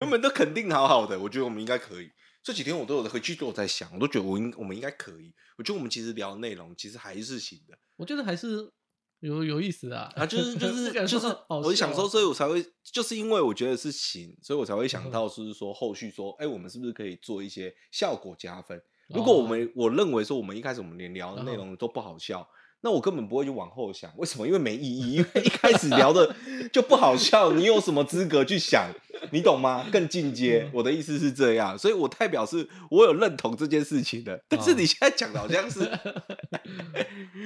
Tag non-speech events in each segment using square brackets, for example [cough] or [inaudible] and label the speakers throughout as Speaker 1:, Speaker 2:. Speaker 1: 原本都肯定好好的，我觉得我们应该可以。这几天我都有回去都有在想，我都觉得我应我们应该可以。我觉得我们其实聊的内容其实还是行
Speaker 2: [laughs]
Speaker 1: 的
Speaker 2: 我觉得还是有有意思啊。
Speaker 1: 啊，
Speaker 2: [laughs]
Speaker 1: 就是就是
Speaker 2: 不敢
Speaker 1: 就
Speaker 2: 说
Speaker 1: 是
Speaker 2: 好，
Speaker 1: 我想
Speaker 2: 笑
Speaker 1: 说，
Speaker 2: 啊
Speaker 1: 所以我才会就是因为我觉得是行，所以我才会
Speaker 2: 嗯
Speaker 1: 想到就是说后续说，哎、我们是不是可以做一些效果加分？如
Speaker 2: 哦
Speaker 1: 果我们我认为说我们一开始我们连聊
Speaker 2: 嗯
Speaker 1: 的内容都不好笑，那我根本不会去往后想。为什么？因为没意义，因为一开始聊
Speaker 2: [laughs]
Speaker 1: 的就不好笑，你有什么资格去想？你懂吗？更进阶
Speaker 2: 嗯，
Speaker 1: 我的意思是这样，所以我代表是我有认同这件事情的。但是
Speaker 2: 哦
Speaker 1: 你现在讲的好像
Speaker 2: [laughs]
Speaker 1: 是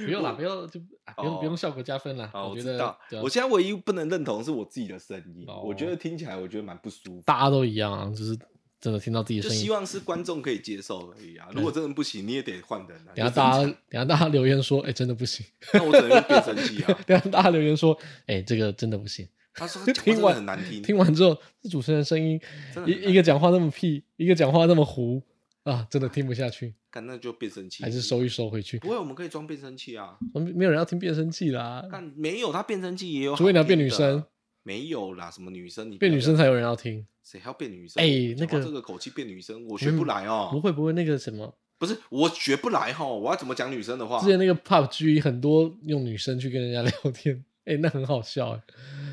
Speaker 2: 不用啦，不要就啊不用不用效果加分啦。
Speaker 1: 哦，我
Speaker 2: 觉
Speaker 1: 知
Speaker 2: 得
Speaker 1: 道
Speaker 2: 对啊，
Speaker 1: 我现在唯一不能认同是我自己的声音，
Speaker 2: 哦
Speaker 1: 我觉得听起来我觉得蛮不舒服。
Speaker 2: 大家都一样啊，就是真的听到自己的
Speaker 1: 就
Speaker 2: 声音
Speaker 1: 希。望是观众可以接受而已啊！如果真的不行，你也得换人啊。
Speaker 2: 等下
Speaker 1: 就正
Speaker 2: 大
Speaker 1: 常
Speaker 2: 家，等下大家留言说，哎、真的不
Speaker 1: [laughs]
Speaker 2: 行。
Speaker 1: 那我只能变声器啊。
Speaker 2: 等下大家留言说，哎、这个真的不行。
Speaker 1: 他
Speaker 2: [laughs]
Speaker 1: 说讲话
Speaker 2: 听
Speaker 1: 真的
Speaker 2: 完
Speaker 1: 很难听，
Speaker 2: 听完之后，这主持人声音
Speaker 1: 嗯真的很
Speaker 2: 一一个讲话那么屁，一个讲话那么糊啊，真的听不下去，
Speaker 1: 干那就变声器，
Speaker 2: 还是收一收回去。哦
Speaker 1: 不会，我们可以装变声器啊。
Speaker 2: 没没有人要听变声器啦，
Speaker 1: 但没有，他变声器也有好听的，
Speaker 2: 除非你要变女生
Speaker 1: 没有啦，什么女生你不要
Speaker 2: 变女生才有人要听。
Speaker 1: 谁还要变女生？
Speaker 2: 哎那
Speaker 1: 讲话
Speaker 2: 个
Speaker 1: 这个口气变女生，我学不来
Speaker 2: 不
Speaker 1: 哦。
Speaker 2: 会不会，那个什么，
Speaker 1: 不是，我学不来哈，我要怎么讲女生的话
Speaker 2: 之？前那个 pub G 很多用女生去跟人家聊天， [laughs] 哎、那很好笑哎、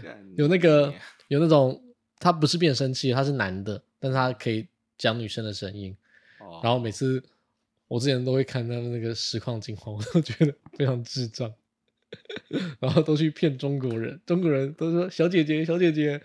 Speaker 1: 干
Speaker 2: 有那个
Speaker 1: 你
Speaker 2: 有那种他不是变声器，他是男的，但是他可以讲女生的声音。
Speaker 1: 哦
Speaker 2: 然后每次我之前都会看他们那个实况 [laughs] 精华，我都觉得非常智障， [laughs] 然后都去骗中国人，中国人都说小姐姐小姐姐，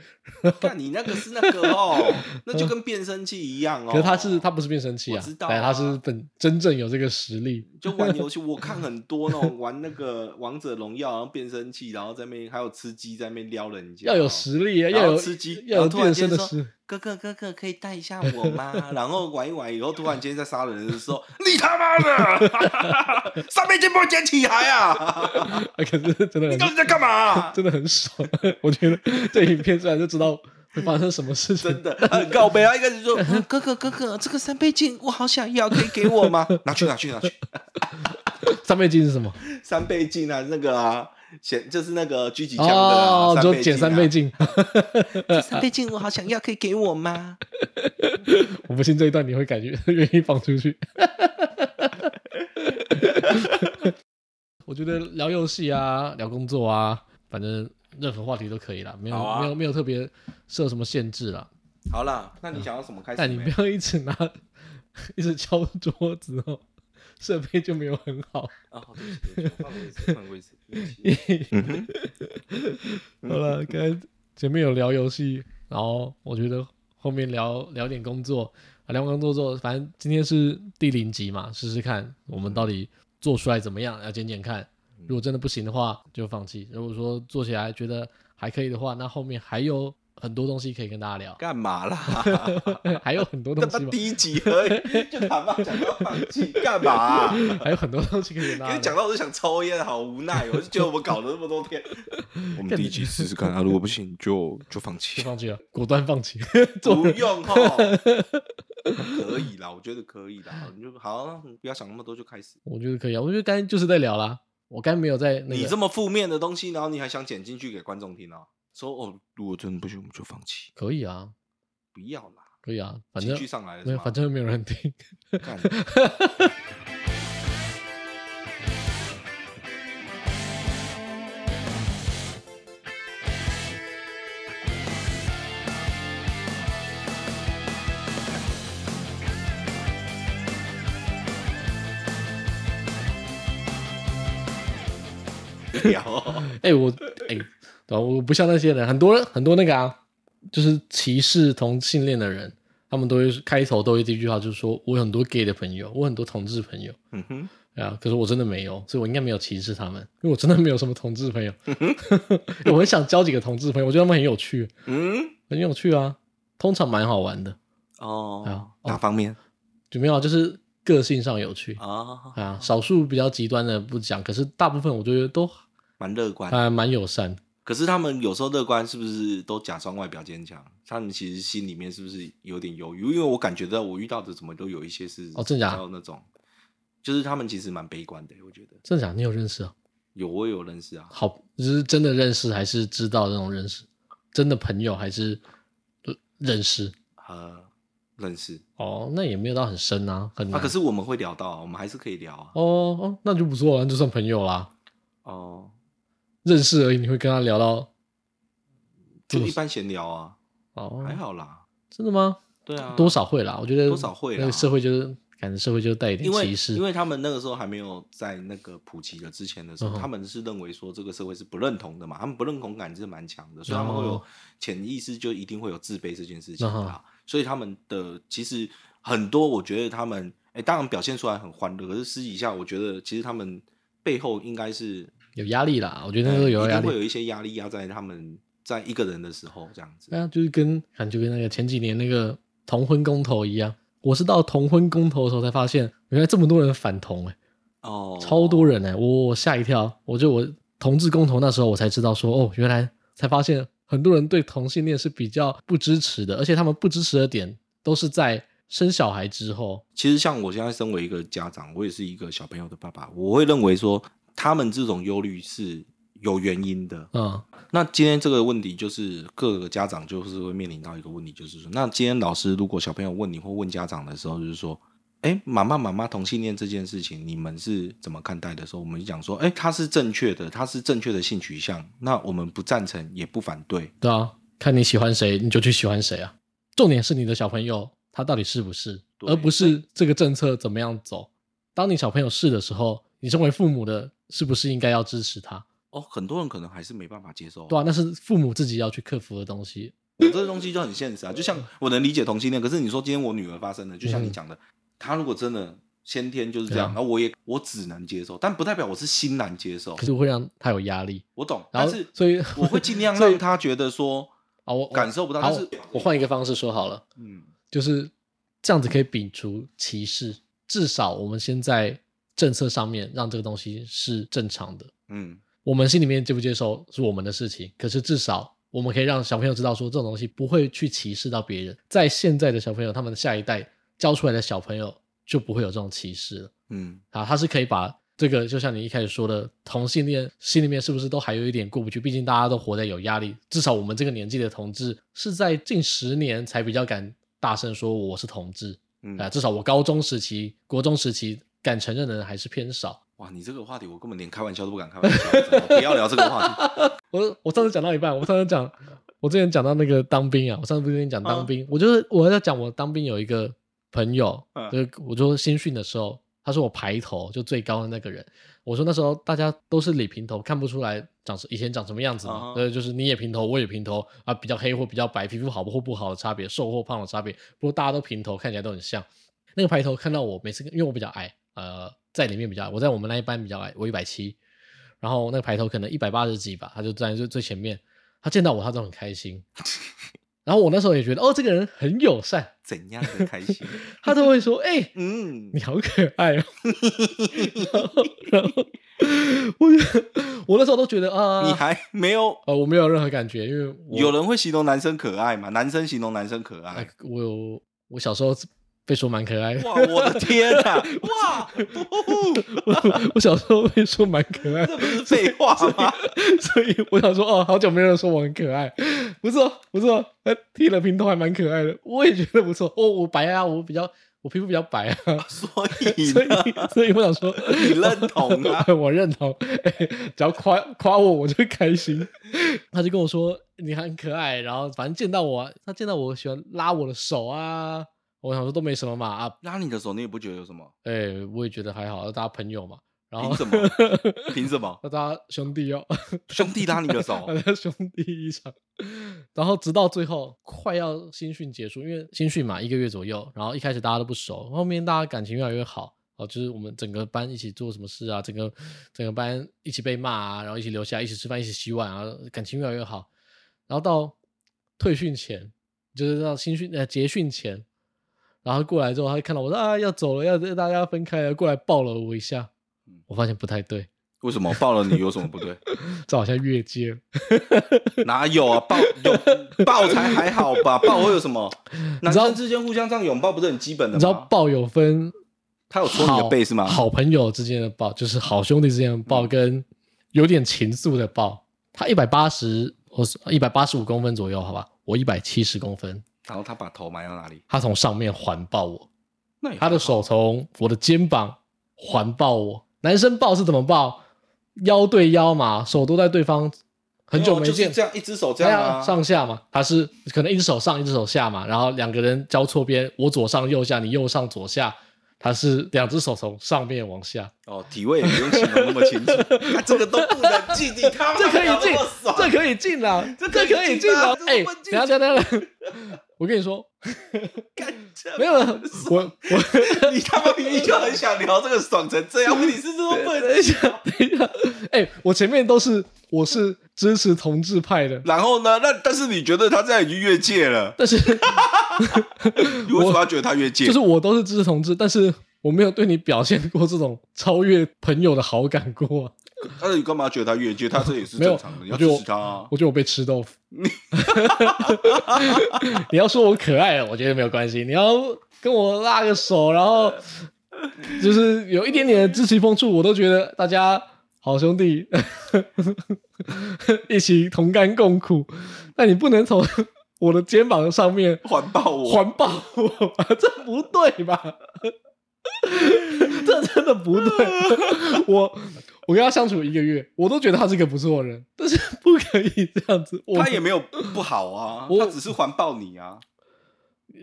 Speaker 1: 干你那个是那个
Speaker 2: [laughs]
Speaker 1: 哦，那就跟变声器一样哦。
Speaker 2: 可是他是他不是变声器啊，
Speaker 1: 我知道啊
Speaker 2: 哎他是本真正有这个实力，
Speaker 1: 就玩游
Speaker 2: [laughs]
Speaker 1: 戏，我看很多那种玩那个王者荣耀，然后变声器，然后在那边还有吃鸡在那边撩人家，哦
Speaker 2: 要有实力啊，
Speaker 1: 然后
Speaker 2: 要有
Speaker 1: 吃鸡然
Speaker 2: 要
Speaker 1: 后
Speaker 2: 有
Speaker 1: 突然
Speaker 2: 变
Speaker 1: 间
Speaker 2: 声的
Speaker 1: 说
Speaker 2: 实力。 [laughs]
Speaker 1: 哥哥哥哥可以带一下我吗？然后玩一玩以后，突然间在杀人的时候，你他妈的，上面这波捡起来啊！
Speaker 2: 啊可是真的
Speaker 1: 你到
Speaker 2: 很
Speaker 1: 底在干嘛、
Speaker 2: [laughs] 真的很爽，我觉得这影片出来就知道会发生什么事情
Speaker 1: 真。的很告白，他一开始说：“嗯哥哥，哥哥，这个三倍镜我好想要，可以给我吗？拿去，拿去，拿去！
Speaker 2: 三倍镜是什么？
Speaker 1: 三倍镜啊，那个啊，显就是那个狙击枪的、啊
Speaker 2: 哦，
Speaker 1: 三
Speaker 2: 就
Speaker 1: 倍镜啊
Speaker 2: 减三倍镜。 [laughs]
Speaker 1: 三倍镜我好想要，可以给我吗？
Speaker 2: 我不信这一段你会感觉 [laughs] 愿意放出去。 [laughs] 我觉得聊游戏啊，聊工作啊，反正任何话题都可以啦，没有、
Speaker 1: 好啊
Speaker 2: 没有没有特别设什么限制啦。
Speaker 1: 好啦，那你想要什么开始
Speaker 2: 但你
Speaker 1: 没？
Speaker 2: 不要一直拿 [laughs] 一直敲桌子哦，设备就没有很好。
Speaker 1: 啊，好对不起对不起换个位置，换个位置对不起。
Speaker 2: [laughs]
Speaker 1: 嗯
Speaker 2: 好了，刚才前面有聊游戏，然后我觉得后面聊聊点工作，啊，聊完工作之后，反正今天是第零集嘛，试试看我们到底做出来怎么
Speaker 1: 嗯
Speaker 2: 样，要检检看。如果真的不行的话，就放弃；如果说做起来觉得还可以的话，那后面还有很多东西可以跟大家
Speaker 1: [laughs]，
Speaker 2: 聊
Speaker 1: 干嘛啦？
Speaker 2: 还有很多
Speaker 1: 那
Speaker 2: 东西
Speaker 1: 么
Speaker 2: 嘛，
Speaker 1: 第一集而已，
Speaker 2: [laughs]
Speaker 1: 就他妈讲到放弃，干嘛啊、
Speaker 2: 还有很多东西可以跟大
Speaker 1: 跟
Speaker 2: 家
Speaker 1: 你讲
Speaker 2: 聊。
Speaker 1: 到我就想抽烟，好无奈哦，我就觉得我们搞了那么多 [laughs] 天。我们第一集试试看啊，如果不行就就放
Speaker 2: 就 [laughs]
Speaker 1: 弃，
Speaker 2: 放弃了，果断放弃。 [laughs] 做
Speaker 1: 不
Speaker 2: 人
Speaker 1: 用
Speaker 2: [laughs]
Speaker 1: 哦。可以啦，我觉得可以啦，你就好，不要想那么多，就开始。
Speaker 2: 我觉得可以啊，我觉得刚才就是在聊啦，我刚才没有在那
Speaker 1: 你
Speaker 2: 个
Speaker 1: 这，么负面的东西，然后你还想剪进去给观众听哦？说哦，如果真的不行，我们就放弃，
Speaker 2: 可以啊，
Speaker 1: 不要啦。
Speaker 2: 可以啊，反
Speaker 1: 情
Speaker 2: 正
Speaker 1: 绪上来了
Speaker 2: 没
Speaker 1: 是
Speaker 2: 有，
Speaker 1: 吗，
Speaker 2: 反正没有人听。 [laughs]
Speaker 1: 干聊哦
Speaker 2: 哎、我哎、对吧、我不像那些人，很多人很多那个啊，就是歧视同性恋的人，他们都会开头都会第一句话就是说，我有很多 gay 的朋友，我很多同志朋友，
Speaker 1: 嗯哼，
Speaker 2: 对啊，可是我真的没有，所以我应该没有歧视他们，因为我真的没有什么同志朋友。
Speaker 1: 嗯
Speaker 2: [laughs] 我很想交几个同志朋友，我觉得他们很有趣，
Speaker 1: 嗯，
Speaker 2: 很有趣啊，通常蛮好玩的，
Speaker 1: 哦
Speaker 2: 啊，
Speaker 1: 哪方面
Speaker 2: 就没有啊就是个性上有趣
Speaker 1: 啊？
Speaker 2: 啊，少数比较极端的不讲，可是大部分我觉得都
Speaker 1: 蛮乐观的
Speaker 2: 还蛮友善。
Speaker 1: 可是他们有时候乐观是不是都假装外表坚强？他们其实心里面是不是有点忧郁？因为我感觉到我遇到的怎么都有一些是
Speaker 2: 哦真假
Speaker 1: 比较那种，就是他们其实蛮悲观的。我觉得
Speaker 2: 真的假的？你有认识啊？
Speaker 1: 有我有认识啊，
Speaker 2: 好，就是真的认识还是知道的那种认识？真的朋友还是呃认识？
Speaker 1: 呃认识
Speaker 2: 哦，那也没有到很深啊，很
Speaker 1: 啊，
Speaker 2: 难
Speaker 1: 可是我们会聊到啊，我们还是可以聊啊。
Speaker 2: 哦哦，那就不错了，那就算朋友啦，
Speaker 1: 哦，
Speaker 2: 认识而已，你会跟他聊到
Speaker 1: 就一般闲聊啊，
Speaker 2: 哦，
Speaker 1: 还好啦。
Speaker 2: 真的吗？
Speaker 1: 对啊，
Speaker 2: 多少会啦，我觉得
Speaker 1: 多少会啦
Speaker 2: 那个社会就是感觉社会就是带一点
Speaker 1: 因为
Speaker 2: 歧视
Speaker 1: 因，为他们那个时候还没有在那个普及的之前的时候，
Speaker 2: 嗯哼
Speaker 1: 他们是认为说这个社会是不认同的嘛，他们不认同感是蛮强的，所以他们会有
Speaker 2: 哦
Speaker 1: 潜意识就一定会有自卑这件事情
Speaker 2: 嗯哼
Speaker 1: 啊。所以他们的其实很多，我觉得他们哎、当然表现出来很欢乐，可是私底下我觉得其实他们背后应该是
Speaker 2: 有压力啦，我觉得那时候
Speaker 1: 嗯
Speaker 2: 有
Speaker 1: 一
Speaker 2: 压
Speaker 1: 定
Speaker 2: 力
Speaker 1: 会。有一些压力压在他们在一个人的时候这样子。
Speaker 2: 对啊，就是跟感觉跟那个前几年那个同婚公投一样，我是到同婚公投的时候才发现，原来这么多人反同哎、
Speaker 1: 哦，
Speaker 2: 超多人哎、我我吓一跳，我就我同志公投那时候我才知道说哦，原来才发现很多人对同性恋是比较不支持的，而且他们不支持的点都是在生小孩之后，
Speaker 1: 其实像我现在身为一个家长，我也是一个小朋友的爸爸，我会认为说他们这种忧虑是有原因的。
Speaker 2: 嗯，
Speaker 1: 那今天这个问题就是各个家长就是会面临到一个问题，就是说，那今天老师如果小朋友问你或问家长的时候，就是说。哎，妈妈，妈妈，同性恋这件事情，你们是怎么看待的？时候，我们就讲说，哎，它是正确的，它是正确的性取向，那我们不赞成，也不反对。
Speaker 2: 对啊，看你喜欢谁你就去喜欢谁啊，重点是你的小朋友他到底是不是，
Speaker 1: 对
Speaker 2: 而不是这个政策怎么样走。当你小朋友是的时候，你身为父母的是不是应该要支持他？
Speaker 1: 哦，很多人可能还是没办法接受。
Speaker 2: 对啊，那是父母自己要去克服的东西。
Speaker 1: 我这个东西就很现实啊。就像我能理解同性恋，可是你说今天我女儿发生了，就像你讲的，她如果真的先天就是这样，
Speaker 2: 嗯对啊
Speaker 1: 然后我也我只能接受，但不代表我是欣然接受
Speaker 2: 可。是会让他有压力。
Speaker 1: 我懂，但
Speaker 2: 然后
Speaker 1: 是
Speaker 2: 所以
Speaker 1: 我会尽量让她觉得说，
Speaker 2: 啊，我我
Speaker 1: 感受不到
Speaker 2: 好
Speaker 1: 但是
Speaker 2: 我换一个方式说好了，
Speaker 1: 嗯，
Speaker 2: 就是这样子可以摒除歧视，至少我们先在政策上面让这个东西是正常的。
Speaker 1: 嗯，
Speaker 2: 我们心里面接不接受是我们的事情，可是至少我们可以让小朋友知道说这种东西不会去歧视到别人，在现在的小朋友他们的下一代教出来的小朋友就不会有这种歧视了
Speaker 1: 嗯，
Speaker 2: 啊，他是可以把。这个就像你一开始说的，同性恋心里面是不是都还有一点过不去？毕竟大家都活在有压力，至少我们这个年纪的同志是在近十年才比较敢大声说我是同志
Speaker 1: 嗯，
Speaker 2: 啊，至少我高中时期、国中时期敢承认的人还是偏少。
Speaker 1: 哇，你这个话题我根本连开玩笑都不敢开玩笑，你知道吗不要聊这个话题。 [laughs]
Speaker 2: 我我上次讲到一半，我上次讲，我之前讲到那个当兵啊，我上次不是跟你讲当兵，我就是我还在讲我当兵有一个朋友，
Speaker 1: 嗯
Speaker 2: 就是我就新训的时候，他是我排头就最高的那个人，我说那时候大家都是理平头，看不出来长什以前长什么样子
Speaker 1: 啊
Speaker 2: 嘛
Speaker 1: 哈，
Speaker 2: 呃、就是你也平头，我也平头啊，比较黑或比较白，皮肤好或不好的差别，瘦或胖的差别，不过大家都平头，看起来都很像。那个排头看到我每次跟，因为我比较矮，呃，在里面比较矮，我在我们那一班比较矮，我一百七，然后那个排头可能一百八十几吧，他就站在最最前面，他见到我他都很
Speaker 1: [laughs]
Speaker 2: 开心，然后我那时候也觉得哦，这个人很友善，
Speaker 1: 怎样的开
Speaker 2: [laughs]
Speaker 1: 心？
Speaker 2: 他都会说，哎、
Speaker 1: 嗯
Speaker 2: 你，好可爱哦，然后然后我就我那时候都觉得啊，
Speaker 1: 你还没有。
Speaker 2: 呃我没有任何感觉，因为我
Speaker 1: 有人会形容男生可爱吗？男生形容男生可
Speaker 2: 哎
Speaker 1: 爱。
Speaker 2: 我有我小时候被说蛮可爱的，
Speaker 1: 哇，
Speaker 2: 啊
Speaker 1: 我的天哪！ [laughs] 哇，哦
Speaker 2: 我我小时候被说蛮可爱的
Speaker 1: 这不是废话吗？
Speaker 2: 所以我想说，哦，好久没有人说我很可爱，不错不错，呃，剃了平头还蛮可爱的，我也觉得不错。哦，我白啊，我比较我皮肤比较白啊，
Speaker 1: [laughs] 所以
Speaker 2: 所以
Speaker 1: 呢？
Speaker 2: [laughs] 所以我想说，
Speaker 1: 你认同啊
Speaker 2: [laughs] 我认同，哎只要夸夸我，我就开心。
Speaker 1: [laughs]
Speaker 2: 他就跟我说你很可爱，然后反正见到我啊，他见到我喜欢拉我的手啊，我想说都没什么嘛啊，
Speaker 1: 拉你的手，你也不觉得有什么？
Speaker 2: 哎、我也觉得还好，大家朋友嘛，然后
Speaker 1: 凭什么？
Speaker 2: [laughs]
Speaker 1: 凭什么？
Speaker 2: 那大家兄弟哦。
Speaker 1: [laughs] 兄弟拉你的
Speaker 2: [laughs]
Speaker 1: 手
Speaker 2: 大家兄弟一场，然后直到最后快要新训结束，因为新训嘛一个月左右，然后一开始大家都不熟，后面大家感情越来越好，哦，就是我们整个班一起做什么事啊，整个整个班一起被骂啊，然后一起留下，一起吃饭，一起洗碗啊，感情越来越好，然后到退训前，就是到新训呃结训前，然后过来之后，他就看到我说啊要走了，要大家要分开了，过来抱了我一下
Speaker 1: 嗯，
Speaker 2: 我发现不太对，
Speaker 1: 为什么抱了你有什么不
Speaker 2: [laughs]
Speaker 1: 对？
Speaker 2: 这好像越界了。
Speaker 1: 哪有啊？抱有抱才还好
Speaker 2: [laughs]
Speaker 1: 吧？抱会有什么？男
Speaker 2: 知道
Speaker 1: 生之间互相这样拥抱不是很基本的
Speaker 2: 你知道
Speaker 1: 吗？
Speaker 2: 抱有分
Speaker 1: 他有戳你的
Speaker 2: 好
Speaker 1: 背是吗？嗯
Speaker 2: 好朋友之间的抱，就是好兄弟之间的抱，跟有点情愫的抱。他一百八十，我一百八十五公分左右，好吧，我一百七十公分，
Speaker 1: 然后他把头埋到哪里？
Speaker 2: 他从上面环抱我，
Speaker 1: 那也
Speaker 2: 他的
Speaker 1: 还好
Speaker 2: 手从我的肩膀环抱我。男生抱是怎么抱？腰对腰嘛，手都在对方，很久
Speaker 1: 没有哦
Speaker 2: 没
Speaker 1: 就是
Speaker 2: 见，
Speaker 1: 这样一只手这
Speaker 2: 对
Speaker 1: 样
Speaker 2: 啊，
Speaker 1: 啊，
Speaker 2: 上下嘛，他是可能一只手上，一只手下嘛，然后两个人交错边，我左上右下，你右上左下，他是两只手从上面往下，
Speaker 1: 哦，体位也不用形容那么清
Speaker 2: [laughs]
Speaker 1: 楚，他这个都不能进，你他妈
Speaker 2: 这可以
Speaker 1: 搞那
Speaker 2: 进
Speaker 1: 么，爽
Speaker 2: 这可以进啦，
Speaker 1: [laughs] 这可
Speaker 2: 这
Speaker 1: 以
Speaker 2: 可以
Speaker 1: 进
Speaker 2: 进
Speaker 1: 啊
Speaker 2: 啦
Speaker 1: 这，
Speaker 2: 哎
Speaker 1: 是问，进
Speaker 2: 等一下等一下等一下， [laughs] 我跟你说，
Speaker 1: 干这
Speaker 2: 没
Speaker 1: [laughs]
Speaker 2: 有了，我我
Speaker 1: 嗯你他妈明明就很想聊这个爽成这样，问题是这么笨。
Speaker 2: 等一下等一下，哎，我前面都是我是支持同志派的，
Speaker 1: 然后呢？那但是你觉得他这样已经越界了？
Speaker 2: 但是
Speaker 1: 你为什么要觉得他越界？
Speaker 2: 就是我都是支持同志，但是我没有对你表现过这种超越朋友的好感过啊。
Speaker 1: 但是你干嘛觉得他越界？他这也是
Speaker 2: 没有
Speaker 1: 正常的，你要
Speaker 2: 我觉
Speaker 1: 支
Speaker 2: 得我
Speaker 1: 持他啊。
Speaker 2: 我觉得我被吃豆腐。 [laughs] 你要说我可爱，我觉得没有关系。你要跟我拉个手，然后就是有一点点的肢体碰触，我都觉得大家好兄弟， [laughs] 一起同甘共苦。但你不能从我的肩膀上面
Speaker 1: 环抱我，
Speaker 2: 环抱我吧， [laughs] 这不对吧？ [laughs] 这真的不
Speaker 1: [laughs]
Speaker 2: 对。我我跟他相处一个月，我都觉得他是个不错的人，但是不可以这样子。我
Speaker 1: 他也没有不好啊，
Speaker 2: 我
Speaker 1: 他只是环抱你啊。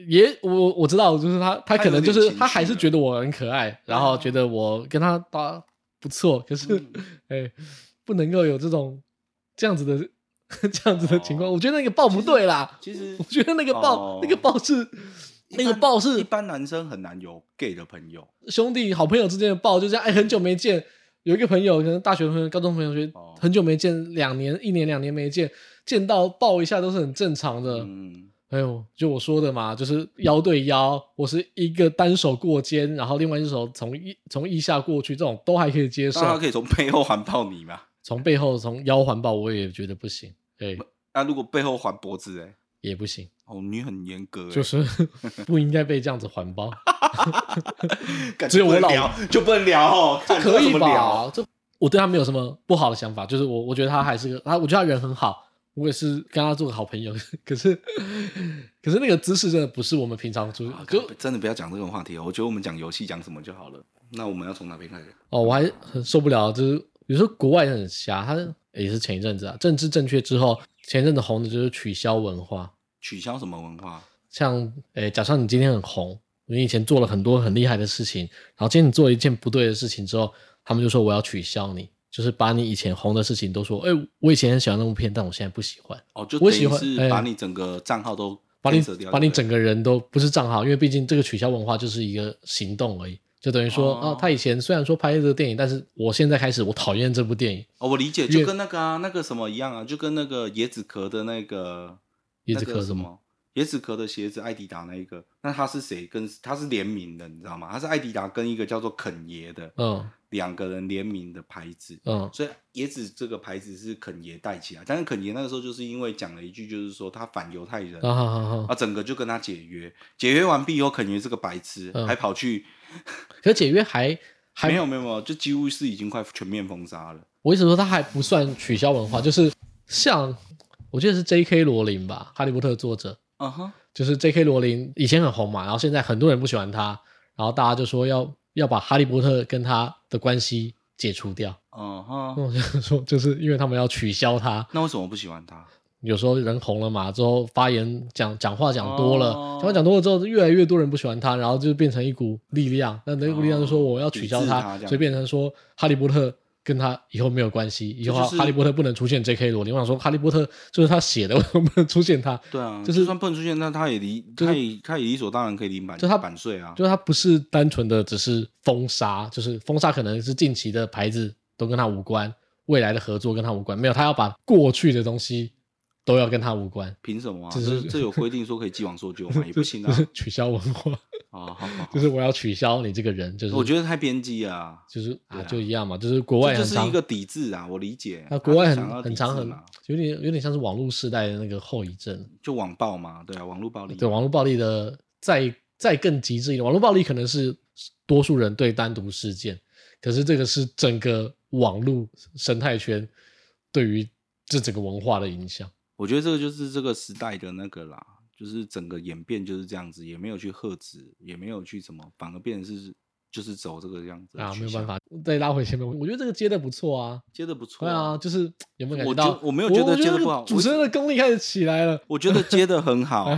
Speaker 2: 也我我知道，就是他他可能
Speaker 1: 他有
Speaker 2: 就是
Speaker 1: 点情绪啊
Speaker 2: 他还是觉得我很可爱，然后觉得我跟他搭不错，可是
Speaker 1: 嗯
Speaker 2: 哎、不能够有这种这样子的 [laughs] 这样子的情况。
Speaker 1: 哦
Speaker 2: 我觉得那个抱不对啦，
Speaker 1: 其实
Speaker 2: 我觉得那个抱、
Speaker 1: 哦
Speaker 2: 那个抱是那个抱
Speaker 1: 一
Speaker 2: 是
Speaker 1: 般男生很难有 gay 的朋友，
Speaker 2: 兄弟好朋友之间的抱，就这样哎、很久没见，有一个朋友可能大学朋友、高中朋友学
Speaker 1: 哦
Speaker 2: 很久没见，两年一年两年没见，见到抱一下都是很正常的。
Speaker 1: 嗯，
Speaker 2: 哎呦，就我说的嘛，就是腰对腰，我是一个单手过肩，然后另外一只手从腋从腋下过去，这种都还可以接受
Speaker 1: 那。他可以从背后环抱你嘛？
Speaker 2: 从背后从腰环抱，我也觉得不行，哎，
Speaker 1: 那如果背后环脖子，哎，
Speaker 2: 也不行，
Speaker 1: 哦，你很严格欸，
Speaker 2: 就是 [laughs] 不应该被这样子环抱。
Speaker 1: 感
Speaker 2: 只有我老
Speaker 1: 就不能聊哦，
Speaker 2: 这
Speaker 1: 看
Speaker 2: 可
Speaker 1: 你
Speaker 2: 以
Speaker 1: 怎么聊？
Speaker 2: 吧？这我对他没有什么不好的想法，就是我我觉得他还是个他，我觉得他人很好，我也是跟他做个好朋友。 [laughs] 可是可是那个姿势真的不是我们平常出
Speaker 1: 啊
Speaker 2: 就
Speaker 1: 真的不要讲这种话题哦，我觉得我们讲游戏讲什么就好了。那我们要从哪边开始？
Speaker 2: 哦，我还很受不了，就是有时候国外很瞎，他也是前一阵子啊，政治正确之后，前一阵子红的就是取消文化，
Speaker 1: 取消什么文化？
Speaker 2: 像诶、假设你今天很红，你以前做了很多很厉害的事情，然后今天你做了一件不对的事情之后，他们就说我要取消你，就是把你以前红的事情都说，诶、我以前很喜欢那部片，但我现在不喜欢，
Speaker 1: 哦，就
Speaker 2: 我
Speaker 1: 等于
Speaker 2: 喜欢
Speaker 1: 是
Speaker 2: 哎
Speaker 1: 把你整个账号都
Speaker 2: 把你
Speaker 1: cancel 掉
Speaker 2: 把你
Speaker 1: 对不对
Speaker 2: 整个人都不是账号，因为毕竟这个取消文化就是一个行动而已。就等于说，
Speaker 1: 哦
Speaker 2: 啊，他以前虽然说拍这个电影，但是我现在开始我讨厌这部电影，
Speaker 1: 哦，我理解，
Speaker 2: 越
Speaker 1: 就跟那个啊，那个什么一样啊，就跟那个椰子壳的那个
Speaker 2: 椰子壳
Speaker 1: 那个
Speaker 2: 什
Speaker 1: 什
Speaker 2: 么
Speaker 1: 么椰子壳的鞋子，艾迪达那一个，那他是谁？跟他是联名的，你知道吗？他是艾迪达跟一个叫做肯爷的
Speaker 2: 嗯
Speaker 1: 两个人联名的牌子，
Speaker 2: 嗯，
Speaker 1: 所以椰子这个牌子是肯爷带起来，但是肯爷那个时候就是因为讲了一句，就是说他反犹太人，
Speaker 2: 啊好好好，
Speaker 1: 啊，整个就跟他解约，解约完毕以后，肯爷是个白痴，
Speaker 2: 嗯
Speaker 1: 还跑去
Speaker 2: 可解约还还
Speaker 1: 没有没有没有，就几乎是已经快全面封杀了。
Speaker 2: 我一直说他还不算取消文化，就是像我记得是 J.K. 罗琳吧，《哈利波特》作者，
Speaker 1: 嗯哼，
Speaker 2: 就是 J.K. 罗琳以前很红嘛，然后现在很多人不喜欢他，然后大家就说要要把哈利波特跟他的关系解除掉。 [laughs]
Speaker 1: 嗯
Speaker 2: 那
Speaker 1: 哼，
Speaker 2: 我就说，就是因为他们要取消他，
Speaker 1: 那为什么不喜欢他？
Speaker 2: 有时候人红了嘛，之后发言讲讲话讲多了，
Speaker 1: 哦
Speaker 2: 讲话讲多了之后，越来越多人不喜欢他，然后就变成一股力量。那那股力量就说
Speaker 1: 哦
Speaker 2: 我要取消
Speaker 1: 抵制
Speaker 2: 他，
Speaker 1: 他这样
Speaker 2: 所以变成说哈利波特跟他以后没有关系，以后
Speaker 1: 就是
Speaker 2: 哈利波特不能出现 J.K. 罗琳。我想说哈利波特就是他写的，为什么不能出现他？
Speaker 1: 对啊，
Speaker 2: 就
Speaker 1: 就是是算不能出现，那他也理，
Speaker 2: 就
Speaker 1: 他
Speaker 2: 是
Speaker 1: 也他也理所当然可以领版，
Speaker 2: 就他
Speaker 1: 版税啊。
Speaker 2: 就是他不是单纯的只是封杀，就是封杀可能是近期的牌子都跟他无关，未来的合作跟他无关，没有，他要把过去的东西都要跟他无关，
Speaker 1: 凭什么啊？
Speaker 2: 就
Speaker 1: 这
Speaker 2: 是
Speaker 1: 这有规定说可以既往说
Speaker 2: [laughs]
Speaker 1: 旧嘛，也不行
Speaker 2: 就
Speaker 1: 啊
Speaker 2: 是。取消文化，
Speaker 1: 啊，好好，好
Speaker 2: 就是我要取消你这个人，就是
Speaker 1: 我觉得太偏激啊，
Speaker 2: 就是啊，
Speaker 1: 对啊
Speaker 2: 就一样嘛，就是国外
Speaker 1: 这
Speaker 2: 很
Speaker 1: 就是
Speaker 2: 常
Speaker 1: 一个抵制啊，我理解。
Speaker 2: 啊，国
Speaker 1: 他
Speaker 2: 外
Speaker 1: 是想要
Speaker 2: 很很
Speaker 1: 抵
Speaker 2: 常
Speaker 1: 制
Speaker 2: 很
Speaker 1: 嘛
Speaker 2: 有点有点像是网络时代的那个后遗症，
Speaker 1: 就网暴嘛，对啊，网络暴力。
Speaker 2: 对网络暴力的再再更极致一点，网络暴力可能是多数人对单独事件，可是这个是整个网络生态圈对于这整个文化的影响。
Speaker 1: 我觉得这个就是这个时代的那个啦，就是整个演变就是这样子，也没有去喝止，也没有去什么，反而变成是就是走这个样子
Speaker 2: 啊，没有办
Speaker 1: 法，
Speaker 2: 法，再拉回前面，我觉得这个接的不错啊，
Speaker 1: 接的不错、
Speaker 2: 对啊，就是有没有感
Speaker 1: 我
Speaker 2: 觉
Speaker 1: 觉
Speaker 2: 到？
Speaker 1: 我没有
Speaker 2: 我
Speaker 1: 觉得
Speaker 2: 我
Speaker 1: 接的
Speaker 2: 这
Speaker 1: 不
Speaker 2: 个
Speaker 1: 好，
Speaker 2: 主持人的功力开始起来了。
Speaker 1: 我觉得接的很
Speaker 2: [laughs]
Speaker 1: 好，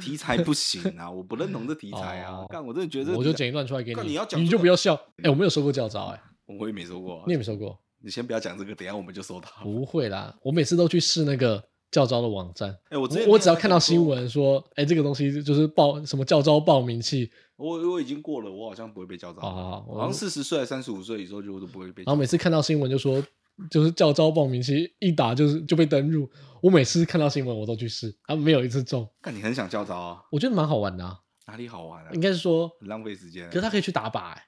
Speaker 1: 题材不行啊，我不认同这题材啊
Speaker 2: 哦，
Speaker 1: 干、我真的觉得这题
Speaker 2: 我就
Speaker 1: 材
Speaker 2: 剪一段出来给
Speaker 1: 干
Speaker 2: 你，
Speaker 1: 你要讲
Speaker 2: 你
Speaker 1: 这
Speaker 2: 就
Speaker 1: 个嗯
Speaker 2: 不要笑。哎，我没有收过教招，哎，
Speaker 1: 我也没说过、啊，
Speaker 2: 你也没收过？
Speaker 1: 你先不要讲这个，等一下我们就收到。
Speaker 2: 不会啦，我每次都去试那个教招的网站。
Speaker 1: 哎、我之前
Speaker 2: 我我只要看到
Speaker 1: 那个
Speaker 2: 新闻说，哎，这个东西就是报什么教招报名器，
Speaker 1: 我我已经过了，我好像不会被叫招。
Speaker 2: 好好好，哦我
Speaker 1: 啊好像四十岁、三十五岁以后就都不会被叫
Speaker 2: 然后每次看到新闻就说，就是教招报名期一打就是就被登入。我每次看到新闻我都去试，啊，没有一次中。
Speaker 1: 看你很想叫招啊，
Speaker 2: 我觉得蛮好玩的、啊，
Speaker 1: 哪里好玩啊？
Speaker 2: 应该是说，
Speaker 1: 很浪费时间啊、
Speaker 2: 可是他可以去打靶、欸，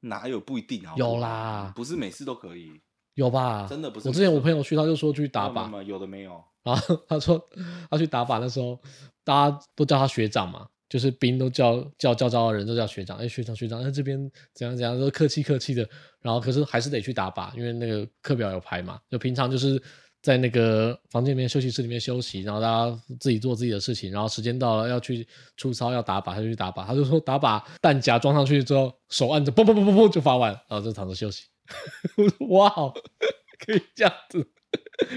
Speaker 1: 哪有不一定啊？
Speaker 2: 有啦
Speaker 1: 不是每次都可以。
Speaker 2: 有吧？
Speaker 1: 真的不是
Speaker 2: 啊我之前我朋友去，他就说去打
Speaker 1: 没有没，
Speaker 2: 靶
Speaker 1: 有没有有的没有。
Speaker 2: 然后他说他去打靶的时候，大家都叫他学长嘛，就是兵都叫叫叫招的人都叫学长，哎、学长学长，哎、这边怎样怎样，都客气客气的。然后可是还是得去打靶，因为那个课表有排嘛，就平常就是在那个房间里面休息室里面休息，然后大家自己做自己的事情，然后时间到了要去出操要打靶，他就去打靶，他就说打靶弹夹装上去之后，手按着嘣嘣嘣嘣嘣就发完，然后就躺着休息。我说哇哦，可以这样子。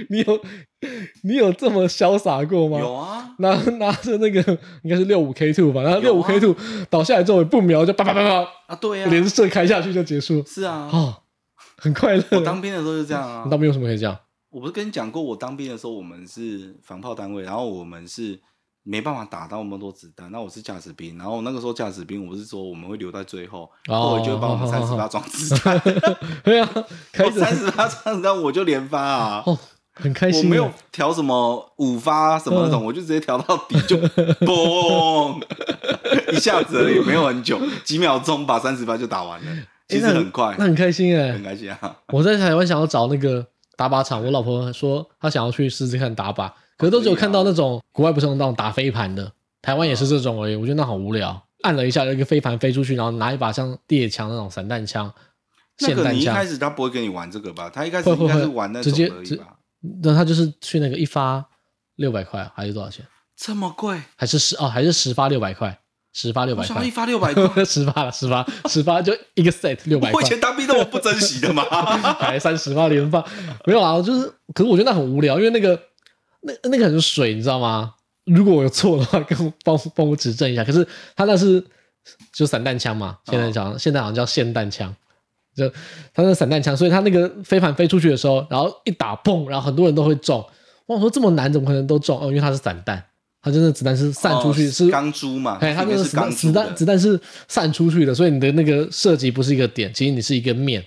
Speaker 2: 你有你有这么潇洒过吗？
Speaker 1: 有啊，
Speaker 2: 拿 [laughs] 拿着那个应该是六五 K two 吧，然后六
Speaker 1: 有
Speaker 2: 五
Speaker 1: 啊
Speaker 2: K two 倒下来之后也不瞄，就叭叭叭叭，
Speaker 1: 啊对啊，
Speaker 2: 连射开下去就结束，
Speaker 1: 是啊。
Speaker 2: 哦，很快乐。
Speaker 1: 我当兵的时候就这样啊
Speaker 2: [laughs] 你。当兵有什么可以讲？
Speaker 1: 我不是跟你讲过，我当兵的时候我们是防炮单位，然后我们是没办法打到那么多子弹。那我是驾驶兵，然后那个时候驾驶兵，我不是说我们会留在最后，
Speaker 2: 哦
Speaker 1: 后来就会帮我们
Speaker 2: 好
Speaker 1: 三
Speaker 2: 好
Speaker 1: 十
Speaker 2: 好
Speaker 1: 发装子弹，
Speaker 2: 对啊， [laughs] 开始
Speaker 1: 三十发装子弹我就连发啊。
Speaker 2: 哦，很开
Speaker 1: 我
Speaker 2: 心啊。嗯
Speaker 1: 没有调什么五发什么那种，我就直接调到底
Speaker 2: [laughs]
Speaker 1: 就嘣，一下子而已，没有很久，几秒钟把三十发就打完了，其实
Speaker 2: 诶那
Speaker 1: 很快
Speaker 2: 哎那，很开心哎、
Speaker 1: 很开心啊。
Speaker 2: [laughs] 我在台湾想要找那个打靶场，我老婆说她想要去试试看打靶，可是都只有看到那种、国外不是有那种打飞盘的，台湾也是这种而已，
Speaker 1: 嗯
Speaker 2: 我觉得那好无聊。按了一下，有一个飞盘飞出去，然后拿一把像猎枪那种散弹枪、
Speaker 1: 那
Speaker 2: 霰
Speaker 1: 个
Speaker 2: 弹
Speaker 1: 你一
Speaker 2: 枪
Speaker 1: 开，始他不会跟你玩这个吧？他一开始
Speaker 2: 会会
Speaker 1: 应该是
Speaker 2: 会
Speaker 1: 玩那
Speaker 2: 直
Speaker 1: 种
Speaker 2: 接
Speaker 1: 而已
Speaker 2: 直
Speaker 1: 吧？，
Speaker 2: 那他就是去那个一发六百块还是多少钱？
Speaker 1: 这么贵，
Speaker 2: 还是十哦，还是十发六百块，十发六
Speaker 1: 我
Speaker 2: 百
Speaker 1: 想要
Speaker 2: 块
Speaker 1: 一，发六百块。
Speaker 2: 十发了，十发，十发就一个 set 六 [laughs] 百
Speaker 1: 我
Speaker 2: 块
Speaker 1: 以。前当兵那么不珍惜的嘛，
Speaker 2: 还三十发连发，没有啊，就是，可是我觉得那很无聊，因为那个那那个很水，你知道吗？如果我有错的话，跟我帮我帮我指正一下。可是他那是就散弹枪嘛，霰
Speaker 1: 哦
Speaker 2: 弹枪，现在好像叫霰弹枪，就他那散弹枪，所以他那个飞盘飞出去的时候，然后一打砰，然后很多人都会中。我想说这么难，怎么可能都中？哦，因为它是散弹，它真的子弹是 [laughs] 散出去，
Speaker 1: 哦
Speaker 2: 是
Speaker 1: 钢珠嘛，
Speaker 2: 哎，它
Speaker 1: 里
Speaker 2: 那
Speaker 1: 面
Speaker 2: 个
Speaker 1: 是
Speaker 2: 子
Speaker 1: 钢
Speaker 2: 弹
Speaker 1: 珠
Speaker 2: 子
Speaker 1: 的
Speaker 2: 弹，子弹是散出去的，所以你的那个射击不是一个点，其实你是一个面，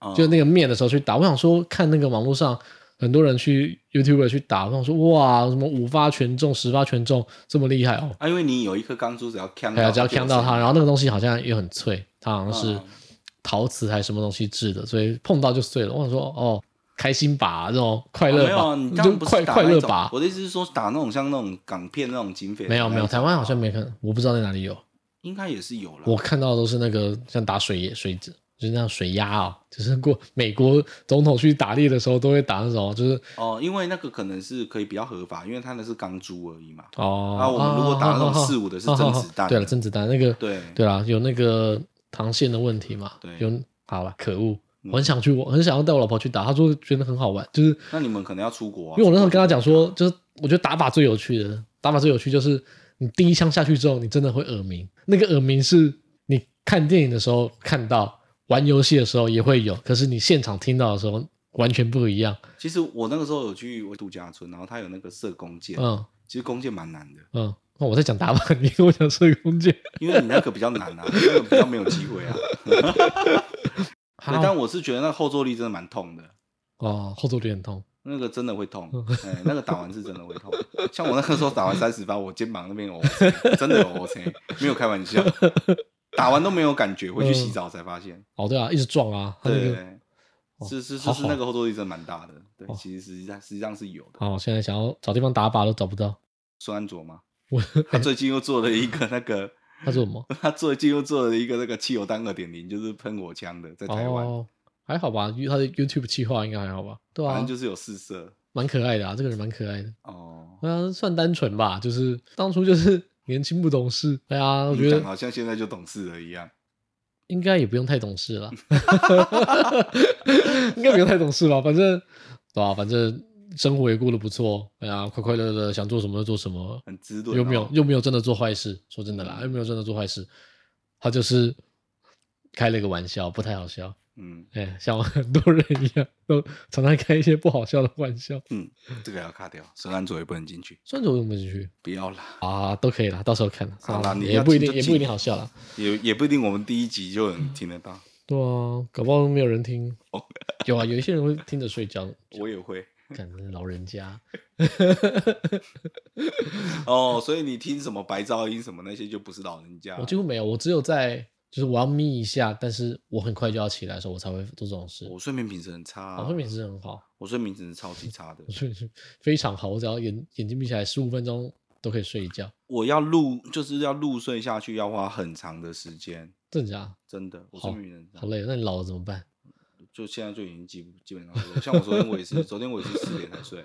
Speaker 1: 哦
Speaker 2: 就那个面的时候去打。我想说，看那个网络上很多人去 YouTube 去打，我想说哇，什么五发全中、十发全中，这么厉害哦！
Speaker 1: 啊，因为你有一颗钢珠，只要呛
Speaker 2: 哎
Speaker 1: 到
Speaker 2: 呀，
Speaker 1: 它
Speaker 2: 只要
Speaker 1: 就有
Speaker 2: 看到
Speaker 1: 声
Speaker 2: 它，然后那个东西好像也很脆，它好像是
Speaker 1: 嗯
Speaker 2: 陶瓷还是什么东西制的，所以碰到就碎了。我想说，哦，开心吧，这种快
Speaker 1: 音
Speaker 2: 乐
Speaker 1: 没有
Speaker 2: 吧，
Speaker 1: 啊，你当
Speaker 2: 就
Speaker 1: 然不
Speaker 2: 快
Speaker 1: 是打
Speaker 2: 快
Speaker 1: 那
Speaker 2: 乐
Speaker 1: 种
Speaker 2: 吧。
Speaker 1: 我的意思是说，打那种像那种港片那种警匪的
Speaker 2: 没有
Speaker 1: 那
Speaker 2: 没有，
Speaker 1: 一种嗯
Speaker 2: 台湾好像没看，我不知道在哪里有。
Speaker 1: 应该也是有了。
Speaker 2: 我看到的都是那个像打水水就是那样水鸭哦，就是过美国总统去打猎的时候都会打那种，就是
Speaker 1: 哦，因为那个可能是可以比较合法，因为它那是钢珠而已嘛。
Speaker 2: 哦
Speaker 1: 啊我们如果打那种
Speaker 2: 哦
Speaker 1: 四五的是
Speaker 2: 哦
Speaker 1: 真
Speaker 2: 哦哦
Speaker 1: 子弹
Speaker 2: 对了，
Speaker 1: 的
Speaker 2: 真子弹那个
Speaker 1: 对
Speaker 2: 对啦，有那个膛线的问题嘛，
Speaker 1: 对嗯
Speaker 2: 有好了，可恶。我很想去，我很想要带我老婆去打，她说觉得很好玩，就是
Speaker 1: 那你们可能要出国啊，
Speaker 2: 因为我那时候跟她讲说，就是我觉得打靶最有趣的，打靶最有趣就是你第一枪下去之后，你真的会耳鸣，那个耳鸣是你看电影的时候看到，玩游戏的时候也会有，可是你现场听到的时候完全不一样。
Speaker 1: 其实我那个时候有去我度假村，然后它有那个射弓箭，
Speaker 2: 嗯
Speaker 1: 其实弓箭蛮难的，
Speaker 2: 嗯，那我在讲打靶，你跟我讲射弓箭，
Speaker 1: 因为你那个比较难啊，那个比较没有机会啊。对但我是觉得那个后坐力真的蛮痛的，
Speaker 2: 哦，后坐力很痛。
Speaker 1: 那个真的会痛，
Speaker 2: 嗯
Speaker 1: 哎、那个打完是真的会痛。 [laughs] 像我那个时候打完三十发，我肩膀那边有 O，真的有 O C，没有开玩
Speaker 2: [laughs]
Speaker 1: 笑，打完都没有感觉，回去洗澡才发现。
Speaker 2: 哦，对啊，一直撞啊，他那
Speaker 1: 对
Speaker 2: 个。
Speaker 1: 对，
Speaker 2: 哦
Speaker 1: 是是
Speaker 2: 好
Speaker 1: 就是那
Speaker 2: 好
Speaker 1: 个后坐力真的蛮大的，对
Speaker 2: 哦，
Speaker 1: 其实实际上实际上是有的。
Speaker 2: 好，我哦现在想要找地方打靶都找不到。
Speaker 1: 孙安卓吗？
Speaker 2: 我
Speaker 1: 他最近又做了一个那个， [laughs]
Speaker 2: 他做什么？
Speaker 1: 他最近又做了一个那个汽油弹二点零，就是喷火
Speaker 2: 哦
Speaker 1: 枪的，在台湾，
Speaker 2: 哦，还好吧，他的 YouTube 企划应该还好吧？对
Speaker 1: 反
Speaker 2: 啊
Speaker 1: 正，就是有试射，
Speaker 2: 蛮可爱的啊，这个人蛮可爱的。
Speaker 1: 哦，
Speaker 2: 对啊，算单纯吧，就是当初就是 [laughs] 年轻不懂事。对啊，我觉
Speaker 1: 你讲
Speaker 2: 得
Speaker 1: 好像现在就懂事了一样。
Speaker 2: 应该也不用太懂事了， [laughs] 应该不用太懂事吧？反正对啊吧、反正生活也过得不错，哎呀，快快乐乐，想做什么就做什么，
Speaker 1: 很滋润、哦，
Speaker 2: 又没有又没有真的做坏事。说真的啦，
Speaker 1: 嗯
Speaker 2: 又没有真的做坏事，他就是开了个玩笑，不太好笑。
Speaker 1: 嗯，
Speaker 2: 哎、像我很多人一样，都常常开一些不好笑的玩笑。
Speaker 1: [laughs] 这个要卡掉，蛇兰左也不能进去，
Speaker 2: 算着我有没有进去
Speaker 1: 不要啦，
Speaker 2: 啊？都可以啦，到时候看啦。
Speaker 1: 好啦
Speaker 2: 啊
Speaker 1: 你
Speaker 2: 也
Speaker 1: 要
Speaker 2: 不一
Speaker 1: 进
Speaker 2: 定，
Speaker 1: 就
Speaker 2: 也不
Speaker 1: 进
Speaker 2: 一定好笑啦。
Speaker 1: 也也不一定我们第一集就能听得到，
Speaker 2: 对啊，搞不好没有
Speaker 1: [laughs]
Speaker 2: 人听。有啊，有一些人会听着睡觉，
Speaker 1: 我也会
Speaker 2: 可能老人家。
Speaker 1: 哦，所以你听什么白噪音什么那些就不是老人家，
Speaker 2: 我几乎没有，我只有在就是我要眯一下，但是我很快就要起来的时候，我才会做这种事。
Speaker 1: 我睡眠品质很差、啊，
Speaker 2: 我哦睡眠质很好，
Speaker 1: 我睡眠品质超级差的
Speaker 2: 我，睡眠质非常好，我只要眼眼睛闭起来十五分钟都可以睡一觉，
Speaker 1: 我要入就是要入睡下去要花很长的时间，
Speaker 2: 真的假
Speaker 1: 真的，我睡眠品质很
Speaker 2: 的？
Speaker 1: 差
Speaker 2: 好累，哦那你老了怎么办？ [laughs]
Speaker 1: 就现在就已经基基本上是像我昨天我也是，昨天我也是四点才睡，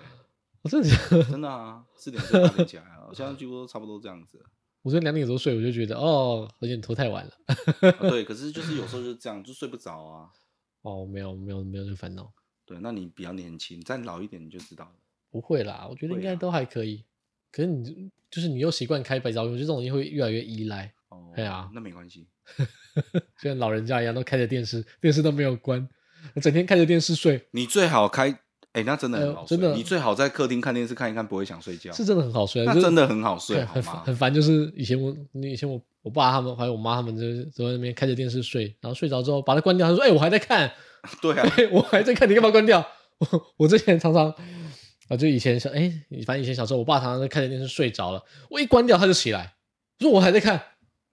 Speaker 2: 我、真的假的？ [laughs]
Speaker 1: 真的啊，四点睡八点起来啊，我现在几乎都差不多这样子了。
Speaker 2: 我昨天两点多睡，我就觉得哦，有点拖太晚了。
Speaker 1: 啊对，可是就是有时候就是这样，就睡不着啊。
Speaker 2: 哦，没有没有没有这个烦恼，
Speaker 1: 对，那你比较年轻，再老一点你就知道了。
Speaker 2: 不会啦，我觉得
Speaker 1: 会
Speaker 2: 应该
Speaker 1: 啊
Speaker 2: 都还可以。可是你就是你又习惯开白噪音，我觉得这种东西会越来越依赖。
Speaker 1: 哦，
Speaker 2: 对啊
Speaker 1: 那没关系。
Speaker 2: 就像老人家一样，都开着电视，电视都没有关，整天看着电视睡，
Speaker 1: 你最好开，哎、那真的
Speaker 2: 哎
Speaker 1: 很
Speaker 2: 呦
Speaker 1: 好睡。
Speaker 2: 真的
Speaker 1: 你最好在客厅看电视看一看，不会想睡觉。
Speaker 2: 是真的很好睡啊。
Speaker 1: 那
Speaker 2: 就是
Speaker 1: 真的很好睡，
Speaker 2: 对
Speaker 1: 好
Speaker 2: 很
Speaker 1: 吗
Speaker 2: 烦，？很烦。就是以前我，你以前我我爸他们还有我妈他们就是都在那边开着电视睡，然后睡着之后把它关掉，他说：“哎、我还在看， [laughs] 哎
Speaker 1: 对啊，
Speaker 2: 我还在看，你干嘛关掉？” [laughs] 我我之前常常啊，就以前小哎、反正以前小时候，我爸常常在看着电视睡着了，我一关掉他就起来，说：“我还在看。”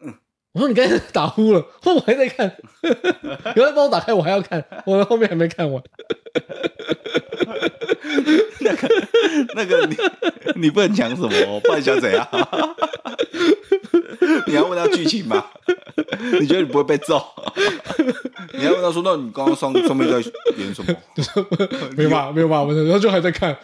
Speaker 1: 嗯
Speaker 2: 我说：“你刚才打呼了。” [laughs] 我说：“我还在看，原来帮我打开，我还要看，我的后面还没看完。”
Speaker 1: [laughs] 那个那个你 [laughs] 你不能讲什么、哦，不然想怎样？ [laughs] 你要问他剧情吗？你觉得你不会被揍？ [laughs] 你要问他说，那你刚刚上上面在演
Speaker 2: [laughs]
Speaker 1: 什么？
Speaker 2: 没有吧，没有吧，我然后就还在
Speaker 1: [laughs]
Speaker 2: 看，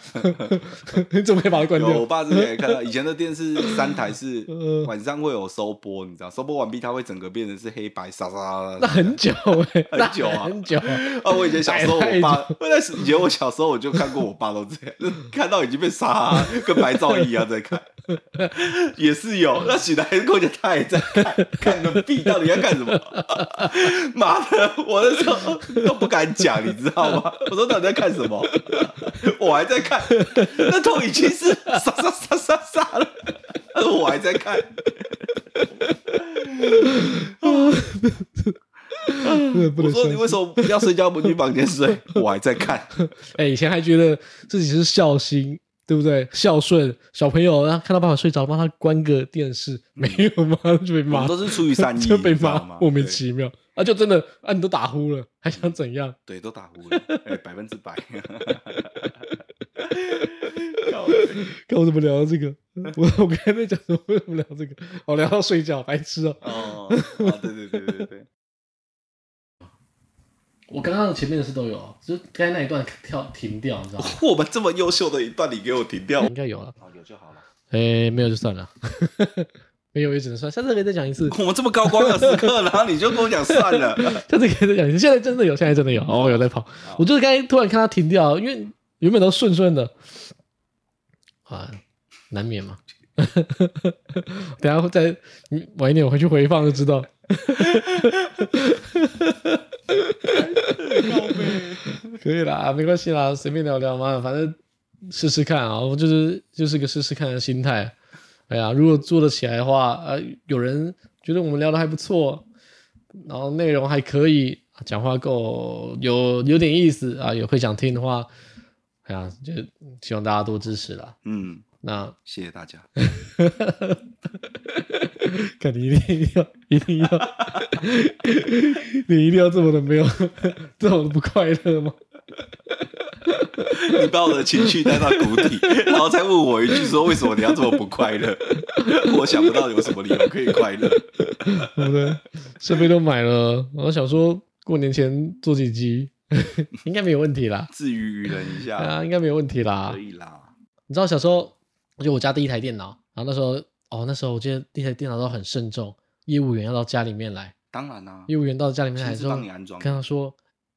Speaker 2: [laughs] 你怎么可以把它关
Speaker 1: 有，我
Speaker 2: 掉？呃
Speaker 1: 爸之前也看到，以前的电视三台
Speaker 2: [laughs]
Speaker 1: 是晚上会有收播，你知道，收播完毕它会整个变成是黑白沙沙
Speaker 2: [laughs] 那
Speaker 1: 的。
Speaker 2: 很久哎、那
Speaker 1: [laughs] 很久啊
Speaker 2: 很久、
Speaker 1: [laughs] 啊，我以前小时候，我爸
Speaker 2: 太，
Speaker 1: 我在以前我小时候我就看过我爸都这样， [laughs] 就看到已经被杀，啊跟白噪音一样在看，也是有。那醒来跟我讲他也在看，看个屁，到底要干什么？ [laughs] 妈的，我那时候都不敢讲，你知道吗？我说到底在看什么？ [laughs] 我还在看，那都已经是杀杀杀杀杀了，但是我还在看。
Speaker 2: 真的不
Speaker 1: 我
Speaker 2: 能
Speaker 1: 说你
Speaker 2: 相
Speaker 1: 为
Speaker 2: 信。
Speaker 1: 什么不要睡觉不去房间睡？我还在看。
Speaker 2: 哎、以前还觉得自己是孝心，对不对？孝顺小朋友，然后看到爸爸睡着，帮他关个电视，没
Speaker 1: [laughs]
Speaker 2: 有吗？就被
Speaker 1: 我们
Speaker 2: 骂，
Speaker 1: 都是出于善意，
Speaker 2: [laughs] 就被
Speaker 1: 你知道
Speaker 2: 骂
Speaker 1: 吗，
Speaker 2: 莫名
Speaker 1: 对
Speaker 2: 其妙。啊，就真的啊，你都打呼了，还想怎样？ [laughs]
Speaker 1: 对，都打 [laughs] 呼了，哎、百分之百。 [laughs]
Speaker 2: 跟我怎么聊到这个？我我刚才在讲什么？ [laughs] 为什么聊这个？哦，聊到睡觉，白痴哦、
Speaker 1: 哦， [laughs] 啊对对对对 [laughs] 对，
Speaker 2: 我刚刚前面的事都有，啊就是刚才那一段跳停掉，你知道吗？
Speaker 1: [laughs] 我们这么优秀的一段，你给我停掉。
Speaker 2: 应该有了。
Speaker 1: [laughs] 哦，有就好了。
Speaker 2: 诶、没有就算了， [laughs] 没有也只能算。下次可以再讲一次，
Speaker 1: 我们这么高光的时 [laughs] 刻，然后你就跟我讲算了。 [laughs]
Speaker 2: 下次可以再讲一次。现在真的有，现在真的有，哦，有在跑。我就是刚才突然看它停掉，因为原本都顺顺的，啊，难免嘛。 [laughs] 等一下再嗯晚一点，我回去回放就知道。可以啦，没关系啦，随便聊聊嘛，反正试试看啊，我就是就是个试试看的心态。哎呀，如果做得起来的话，呃，有人觉得我们聊的还不错，然后内容还可以，啊讲话够有有点意思啊，有会想听的话，哎呀，就希望大家多支持啦。
Speaker 1: 嗯，
Speaker 2: 那
Speaker 1: 谢谢大家。
Speaker 2: 肯定一定要一定要，你一定要这么的没有这么的不快乐吗？
Speaker 1: 你把我的情绪带到谷底，然后再问我一句说为什么你要这么不快 [laughs] 乐？我想不到有什么理由可以快乐。
Speaker 2: 对不对？设备都买了，然后想说过年前做几集，应该没有问题啦。
Speaker 1: 自娱娱人 [laughs] 一下
Speaker 2: 啊，应该没有问题啦
Speaker 1: 可。以啦。
Speaker 2: 你知道小时候，就我家第一台电脑，然后那时候哦，那时候我记得第一台电脑都很慎重，业务员要到家里面来，
Speaker 1: 当然啦，
Speaker 2: 业务员到家里面来
Speaker 1: 亲
Speaker 2: 之
Speaker 1: 自
Speaker 2: 后
Speaker 1: 帮，你安装，
Speaker 2: 跟他说：“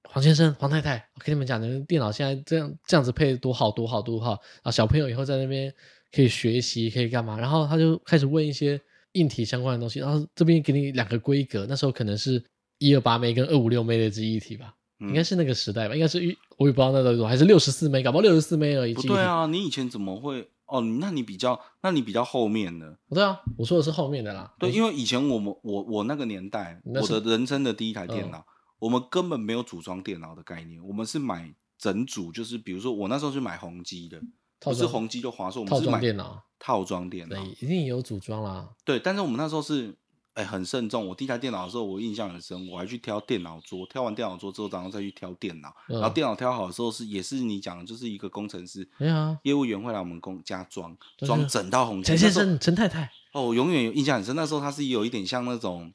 Speaker 2: 黄先生、黄太太，我跟你们讲，你们电脑现在这样这样子配多好多好多好啊！小朋友以后在那边可以学习，可以干嘛？”然后他就开始问一些硬体相关的东西，然后这边给你两个规格，那时候可能是一二八枚跟二五六枚的记忆体吧，应
Speaker 1: 应
Speaker 2: 该是那个时代吧，应该是一我也不知道那个时候还是六十四枚，搞不好六十四枚而已。
Speaker 1: 不
Speaker 2: 记忆体
Speaker 1: 对，啊，你以前怎么会？哦，那你比较，那你比较后面的，
Speaker 2: 不对啊，我说的是后面的啦。
Speaker 1: 对，
Speaker 2: 我
Speaker 1: 因为以前我们我我那个年代，
Speaker 2: 嗯那
Speaker 1: 我
Speaker 2: 是
Speaker 1: 的人生的第一台电
Speaker 2: 嗯
Speaker 1: 脑，我们根本没有组装电脑的概念，我们是买整组，就是比如说我那时候是买宏基的，
Speaker 2: 套
Speaker 1: 不是
Speaker 2: 装
Speaker 1: 宏基就华硕，我
Speaker 2: 套
Speaker 1: 们是
Speaker 2: 装
Speaker 1: 买
Speaker 2: 电脑，
Speaker 1: 套装电脑
Speaker 2: 对，，一定有组装啦。
Speaker 1: 对，但是我们那时候是。哎、很慎重。我第一台电脑的时候，我印象很深，我还去挑电脑桌，挑完电脑桌之后，然后再去挑电脑。
Speaker 2: 嗯
Speaker 1: 然后电脑挑好的时候是，也是你讲的，就是一个工程师、
Speaker 2: 没有啊，
Speaker 1: 业务员会来我们公家装，
Speaker 2: 就是
Speaker 1: 装整套红
Speaker 2: 陈先生、陈太太，
Speaker 1: 哦，我永远有印象很深。那时候他是有一点像那种，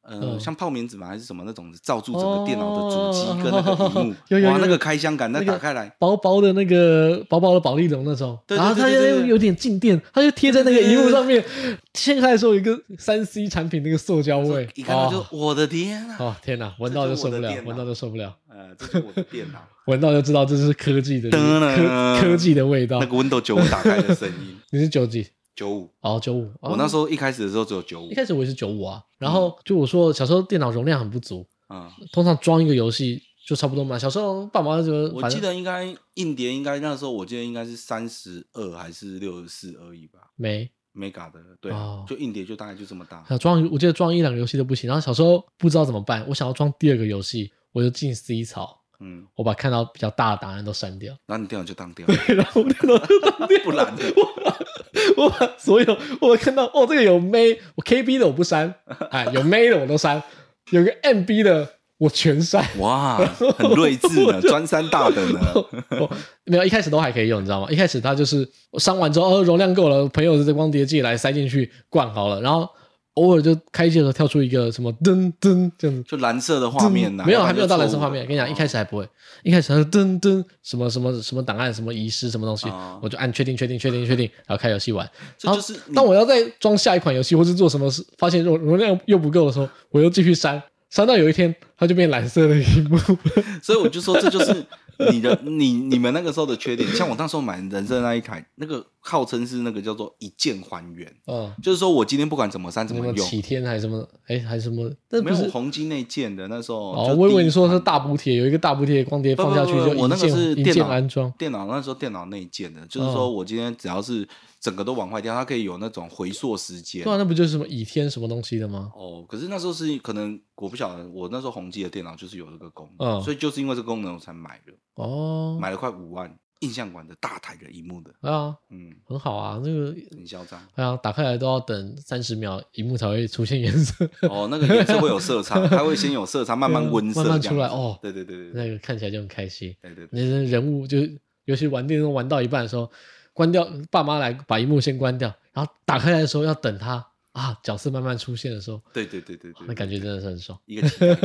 Speaker 1: 呃，
Speaker 2: 嗯
Speaker 1: 像泡棉纸嘛，还是什么那种罩住整个电脑的主机跟那个
Speaker 2: 哦
Speaker 1: 屏幕，
Speaker 2: 有有
Speaker 1: 哇，
Speaker 2: 有
Speaker 1: 那
Speaker 2: 有
Speaker 1: 个开箱感，那
Speaker 2: 那个
Speaker 1: 打开来，
Speaker 2: 薄薄的那个薄薄的保丽龙那种，
Speaker 1: 对对
Speaker 2: 然后它
Speaker 1: 对对对
Speaker 2: 又
Speaker 1: 对
Speaker 2: 有点静电，它就贴在那个荧幕上面。掀开的时候有一个三 C 产品那个塑胶味，
Speaker 1: 一看到就、
Speaker 2: 哦
Speaker 1: 我的天啊！
Speaker 2: 哦天哪，闻
Speaker 1: 这
Speaker 2: 到
Speaker 1: 就
Speaker 2: 就是受
Speaker 1: 我
Speaker 2: 不
Speaker 1: 的
Speaker 2: 了
Speaker 1: 电，脑
Speaker 2: 闻到就受不了，
Speaker 1: 呃，这是我的
Speaker 2: [laughs]
Speaker 1: 电脑，
Speaker 2: 闻到就知道这是科技的
Speaker 1: 噔啦
Speaker 2: 科科技的味道
Speaker 1: 那。个 Windows 九五打开的声音，
Speaker 2: 你是九几？
Speaker 1: 九五。
Speaker 2: 哦，九五。
Speaker 1: 我那时
Speaker 2: 候
Speaker 1: 候一嗯开始的时候只有九五
Speaker 2: 一，开始我也是九五啊，然后就我说小时候电脑容量很不足，
Speaker 1: 嗯，
Speaker 2: 通常装一个游戏就差不多嘛。小时候爸妈就
Speaker 1: 我
Speaker 2: 反
Speaker 1: 记
Speaker 2: 正
Speaker 1: 得应该硬碟应该那时候我记得应该是三十二还是六十四而已吧
Speaker 2: 没
Speaker 1: ，mega 的，对啊，
Speaker 2: 哦
Speaker 1: 就硬碟就大概就这么大，
Speaker 2: 啊，装我记得装一两个游戏都不行。然后小时候不知道怎么办，我想要装第二个游戏，我就进 C 槽，
Speaker 1: 嗯，
Speaker 2: 我把看到比较大的答案都删掉， [laughs]
Speaker 1: 然后你电脑就当掉了，
Speaker 2: 然后我电脑
Speaker 1: [laughs]
Speaker 2: 就当掉
Speaker 1: 不然呢
Speaker 2: 我把我把所有我看到哦，这个有 May，我 KB 的我不删，哎，有 May 的我都删，有个 MB 的我全删。 [laughs]
Speaker 1: 哇，很睿智呢，专三大的呢。
Speaker 2: 哦，没有，一开始都还可以用，你知道吗？一开始它就是我删完之后，哦，容量够了，朋友的光碟寄来塞进去灌好了，然后偶尔就开机的时候跳出一个什么噔噔这样子。
Speaker 1: 就蓝色的画面呐、
Speaker 2: 嗯没有，
Speaker 1: 要不然
Speaker 2: 还没有到蓝色
Speaker 1: 就啊
Speaker 2: 画面。跟你讲，一开
Speaker 1: 始
Speaker 2: 始还不会，一开始它是噔噔什么什么什么档案什么遗失什么东西
Speaker 1: 哦，
Speaker 2: 我就按确定确定确定确定，然后开游戏玩。
Speaker 1: 这就是
Speaker 2: 然后
Speaker 1: 你
Speaker 2: 当我要再装下一款游戏或是做什么事，发现容容量又不够的时候，我又继续删，删到有一天它就变蓝色的屏幕。 [laughs]
Speaker 1: 所以我就说这就是你的你你们那个时候的缺点。像我那时候买人生那一台，那个号称是那个叫做一键还原，
Speaker 2: 嗯，
Speaker 1: 就是说我今天不管怎么删怎
Speaker 2: 什
Speaker 1: 么
Speaker 2: 么
Speaker 1: 用，
Speaker 2: 启天还是什么，哎，还是什么？那
Speaker 1: 没
Speaker 2: 不
Speaker 1: 有
Speaker 2: 是
Speaker 1: 我宏基那件的那时候
Speaker 2: 哦，
Speaker 1: 就
Speaker 2: 我以
Speaker 1: 第
Speaker 2: 为
Speaker 1: 一
Speaker 2: 你说的是
Speaker 1: 款
Speaker 2: 大补贴，有一个大补贴，光碟放下去
Speaker 1: 不不不
Speaker 2: 就
Speaker 1: 不我
Speaker 2: 一
Speaker 1: 那个是
Speaker 2: 键一
Speaker 1: 电
Speaker 2: 键
Speaker 1: 脑
Speaker 2: 安装。
Speaker 1: 电脑那时候电脑内建的，
Speaker 2: 哦
Speaker 1: 就是说我今天只要是整个都玩坏掉，它可以有那种回溯时间。
Speaker 2: 对啊，那不就是什么倚天什么东西的吗？
Speaker 1: 哦，可是那时候是可能我不晓得，我那时候宏基的电脑就是有这个功能，
Speaker 2: 嗯
Speaker 1: 所以就是因为这个功能我才买的，
Speaker 2: 哦，
Speaker 1: 买了快五万，印象馆的大台的荧幕的，
Speaker 2: 啊，
Speaker 1: 嗯，
Speaker 2: 很好啊，那个
Speaker 1: 很嚣
Speaker 2: [laughs]
Speaker 1: 张。
Speaker 2: 哎呀，打开来都要等三十秒，荧幕才会出现颜色，
Speaker 1: 哦，那个颜色会有色差，它会先有色 [laughs]
Speaker 2: [laughs]
Speaker 1: 差，慢慢温色
Speaker 2: 慢慢
Speaker 1: 这样
Speaker 2: 出来
Speaker 1: 子
Speaker 2: 哦
Speaker 1: 对对对对
Speaker 2: 那个看起来就很开心。
Speaker 1: 对对对，
Speaker 2: 那些人物就尤其玩电动玩到一半的时候，关掉爸妈来把荧幕先关掉，然后打开来的时候要等他啊角色慢慢出现的时候，
Speaker 1: 对对对对对，
Speaker 2: 那感觉真的是很爽。 [laughs]
Speaker 1: 一个期待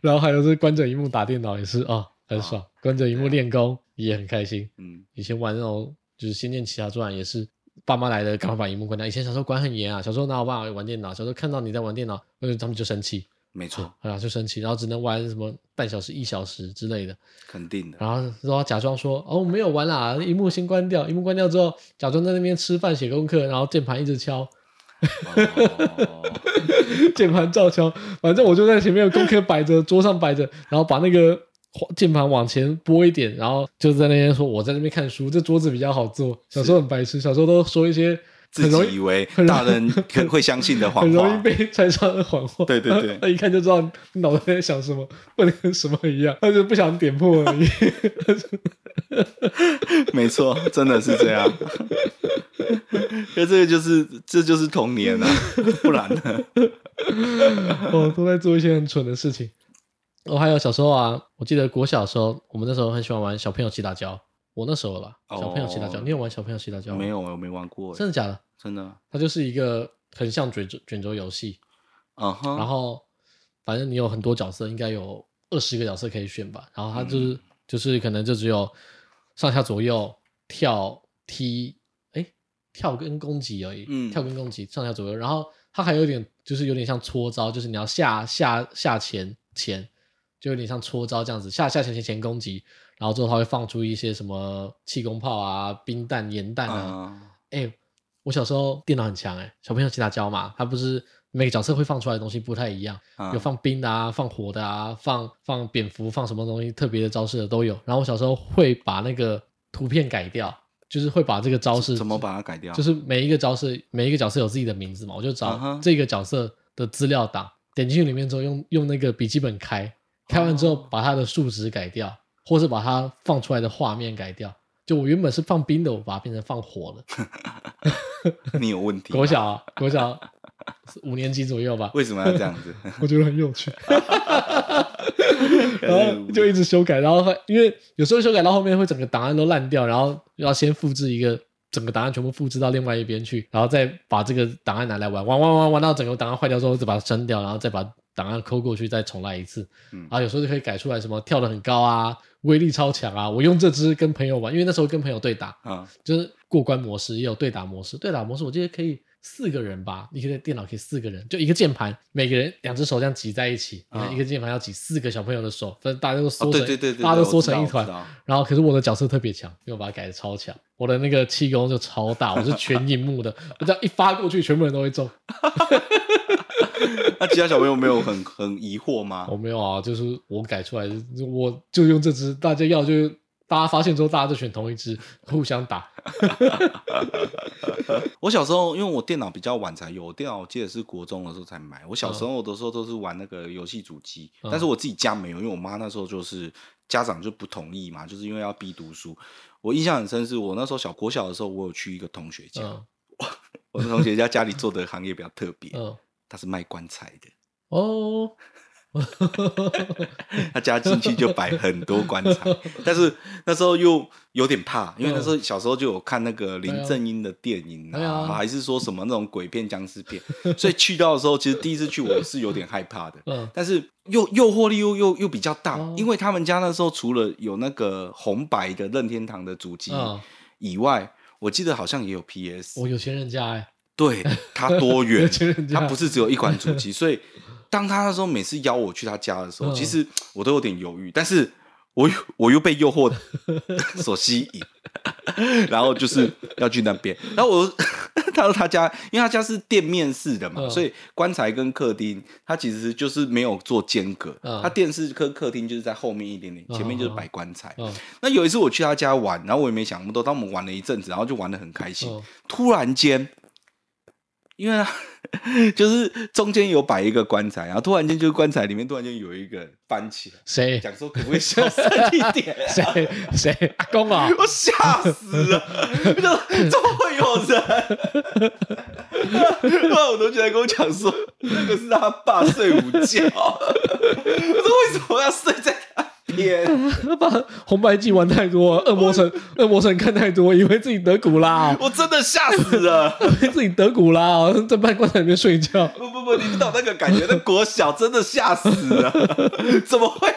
Speaker 2: 然后还有是关着荧幕打电脑也是啊、很爽，关着荧幕
Speaker 1: 对啊
Speaker 2: 练功也很开心。
Speaker 1: 嗯，
Speaker 2: 以前玩那种就是《仙剑奇侠传》也是。爸妈来了，赶快把荧幕关掉。以前小时候管很严啊，小时候哪有办法玩电脑？小时候看到你在玩电脑，呃，他们就生气，
Speaker 1: 没
Speaker 2: [laughs]
Speaker 1: 错，
Speaker 2: 啊，就生气，然后只能玩什么半小时、一小时之类的。
Speaker 1: 肯定的。
Speaker 2: 然后说假装说哦没有玩啦，荧幕先关掉，荧幕关掉之后假装在那边吃饭写功课，然后键盘一直敲， [laughs]
Speaker 1: 哦，
Speaker 2: 键盘照敲，反正我就在前面功课摆着，桌上摆着，然后把那个键盘往前拨一点，然后就在那边说我在那边看书，这桌子比较好坐。小时候很白痴，小时候都说一些
Speaker 1: 自
Speaker 2: 很容
Speaker 1: 己
Speaker 2: 易
Speaker 1: 以为
Speaker 2: 容易
Speaker 1: 大人可会相信的谎
Speaker 2: 很容易
Speaker 1: 话，
Speaker 2: 被穿上的谎话。
Speaker 1: 对对对
Speaker 2: [laughs] 他一看就知道你脑袋在想什么，或者跟什么一样，他 [laughs] 就不想点破
Speaker 1: [laughs]
Speaker 2: 而已。
Speaker 1: 没错，真的是这样。 [laughs] 那这个就是这就是童年啊，不然呢？
Speaker 2: 我都在做一些很蠢的事情。我还有小时候啊，我记得国小的时候，我们那时候很喜欢玩小朋友骑大胶。我那时候啦，
Speaker 1: 哦
Speaker 2: 小朋友骑大胶，你有玩小朋友骑大胶吗？
Speaker 1: 没，有，我没玩过，
Speaker 2: 真的假的？
Speaker 1: 真的。
Speaker 2: 它就是一个很像卷轴卷轴游戏，
Speaker 1: 嗯哼，
Speaker 2: 然后反正你有很多角色，应该有二十个角色可以选吧，然后他就是、就是可能就只有上下左右跳踢，哎、跳跟攻击而已，
Speaker 1: 嗯
Speaker 2: 跳跟攻击上下左右，然后他还有点就是有点像搓招，就是你要下下下前前，就有点像搓招这样子，下下前前前攻击，然后之后他会放出一些什么气功炮啊、冰弹、盐弹啊，
Speaker 1: 啊，
Speaker 2: 哎、我小时候电脑很强哎、小朋友其他教嘛，他不是每个角色会放出来的东西不太一样，
Speaker 1: 啊
Speaker 2: 有放冰的啊，放火的啊，放放蝙蝠，放什么东西特别的招式的都有。然后我小时候会把那个图片改掉，就是会把这个招式
Speaker 1: 怎么把它改掉？
Speaker 2: 就是每一个招式每一个角色有自己的名字嘛，我就
Speaker 1: 啊
Speaker 2: 找
Speaker 1: 哈
Speaker 2: 这个角色的资料档，点进去里面之后用用那个笔记本开，开完之后把它的数值改掉，或是把它放出来的画面改掉。就我原本是放冰的，我把它变成放火的。
Speaker 1: 你有问题吧。
Speaker 2: [laughs] 国小啊，国小五年级左右吧，
Speaker 1: 为什么要这样子？ [laughs]
Speaker 2: 我觉得很有趣，然后就一直修改，然后会因为有时候修改到后面会整个档案都烂掉，然后要先复制一个整个档案全部复制到另外一边去，然后再把这个档案拿来玩，玩玩玩玩到整个档案坏掉之后，再把它删掉，然后再把档案抠过去，再重来一次。
Speaker 1: 嗯
Speaker 2: 然后有时候就可以改出来什么跳得很高啊，威力超强啊。我用这只跟朋友玩，因为那时候跟朋友对打，
Speaker 1: 啊，
Speaker 2: 就是过关模式，也有对打模式。对打模式我记得可以四个人吧，一个电脑可以四个人，就一个键盘，每个人两只手这样挤在一起，
Speaker 1: 啊
Speaker 2: 一个键盘要挤四个小朋友的手，反正大家都
Speaker 1: 哦
Speaker 2: 缩成，
Speaker 1: 对对对对，
Speaker 2: 大家都
Speaker 1: 对
Speaker 2: 缩
Speaker 1: 我知
Speaker 2: 成
Speaker 1: 道
Speaker 2: 一
Speaker 1: 我
Speaker 2: 团
Speaker 1: 知。道
Speaker 2: 然后可是我的角色特别强，因为我把它改的超强，我的那个气功就超大，我是全荧幕的，我只要一发过去，全部人都会中。
Speaker 1: 那其他小朋友没有很很疑惑吗？
Speaker 2: 我没有啊，就是我改出来的，我就用这只，大家要就大家发现之后，大家就选同一只，互相
Speaker 1: 啊
Speaker 2: 打。
Speaker 1: 我小时候因为我电脑比较晚才有，我电脑我记得是国中的时候才买。我小时候的时候都是玩那个游戏主机，
Speaker 2: 嗯
Speaker 1: 但是我自己家没有，因为我妈那时候就是家长就不同意嘛，就是因为要逼读书。我印象很深，是我那时候小国小的时候，我有去一个同学家，
Speaker 2: 嗯
Speaker 1: 我的同学家家里做的行业比较特别，
Speaker 2: 嗯
Speaker 1: 他是卖棺材的。
Speaker 2: 哦，
Speaker 1: 他家进去就摆很多棺材，但是那时候又有点怕，因为那时候小时候就有看那个林正英的电影
Speaker 2: 嗯啊对
Speaker 1: 啊，
Speaker 2: 啊
Speaker 1: 还是说什么那种鬼片、僵尸片，所以去到的时候，其实第一次去我是有点害怕的，
Speaker 2: 嗯
Speaker 1: 但是诱诱惑力又又又比较大
Speaker 2: 哦，
Speaker 1: 因为他们家那时候除了有那个红白的任天堂的主机
Speaker 2: 嗯，
Speaker 1: 以外，我记得好像也有 PS，
Speaker 2: 我有钱人家哎、
Speaker 1: 对它多
Speaker 2: 有 [laughs]
Speaker 1: 元
Speaker 2: 钱人，啊家
Speaker 1: 它不是只有一款主
Speaker 2: [laughs]
Speaker 1: 机，所以当他那时候每次邀我去他家的时候，
Speaker 2: 嗯
Speaker 1: 其实我都有点犹豫，但是我又 [laughs] 我又被诱
Speaker 2: [laughs]
Speaker 1: 惑所吸引， [laughs] 然后就是要去那边，然后我 [laughs] 他说他家，因为他家是店面式的嘛，
Speaker 2: 嗯
Speaker 1: 所以棺材跟客厅它其实就是没有做间隔，
Speaker 2: 嗯
Speaker 1: 它电视跟客厅就是在后面一点点，前面就是摆棺材。
Speaker 2: 嗯
Speaker 1: 那有一次我去他家玩，然后我也没想那么多，当我们玩了一阵子，然后就玩的很开心，
Speaker 2: 嗯
Speaker 1: 突然间，因为他 [laughs] 就是中间有摆一个棺材，然后突然间就是棺材里面突然间有一个人翻起来，
Speaker 2: 谁
Speaker 1: 讲说可不可以小声一点？ [laughs]
Speaker 2: 谁 [laughs] 谁阿公啊？
Speaker 1: 我吓死了！就怎么会有人？ [laughs] 后来我同学还跟我讲说，那个是他爸睡午觉。 [laughs] 我说为什么要睡在他边？
Speaker 2: 他把红白机玩太多，恶魔城恶魔城看太多，以为自己得古拉、 [laughs] 哦，
Speaker 1: 我真的吓死了！
Speaker 2: 以为自己得古拉、哦，在半棺材里面睡觉。
Speaker 1: 不不不，你不懂那个感觉，那国小真的吓死了，
Speaker 2: [laughs]
Speaker 1: 怎么会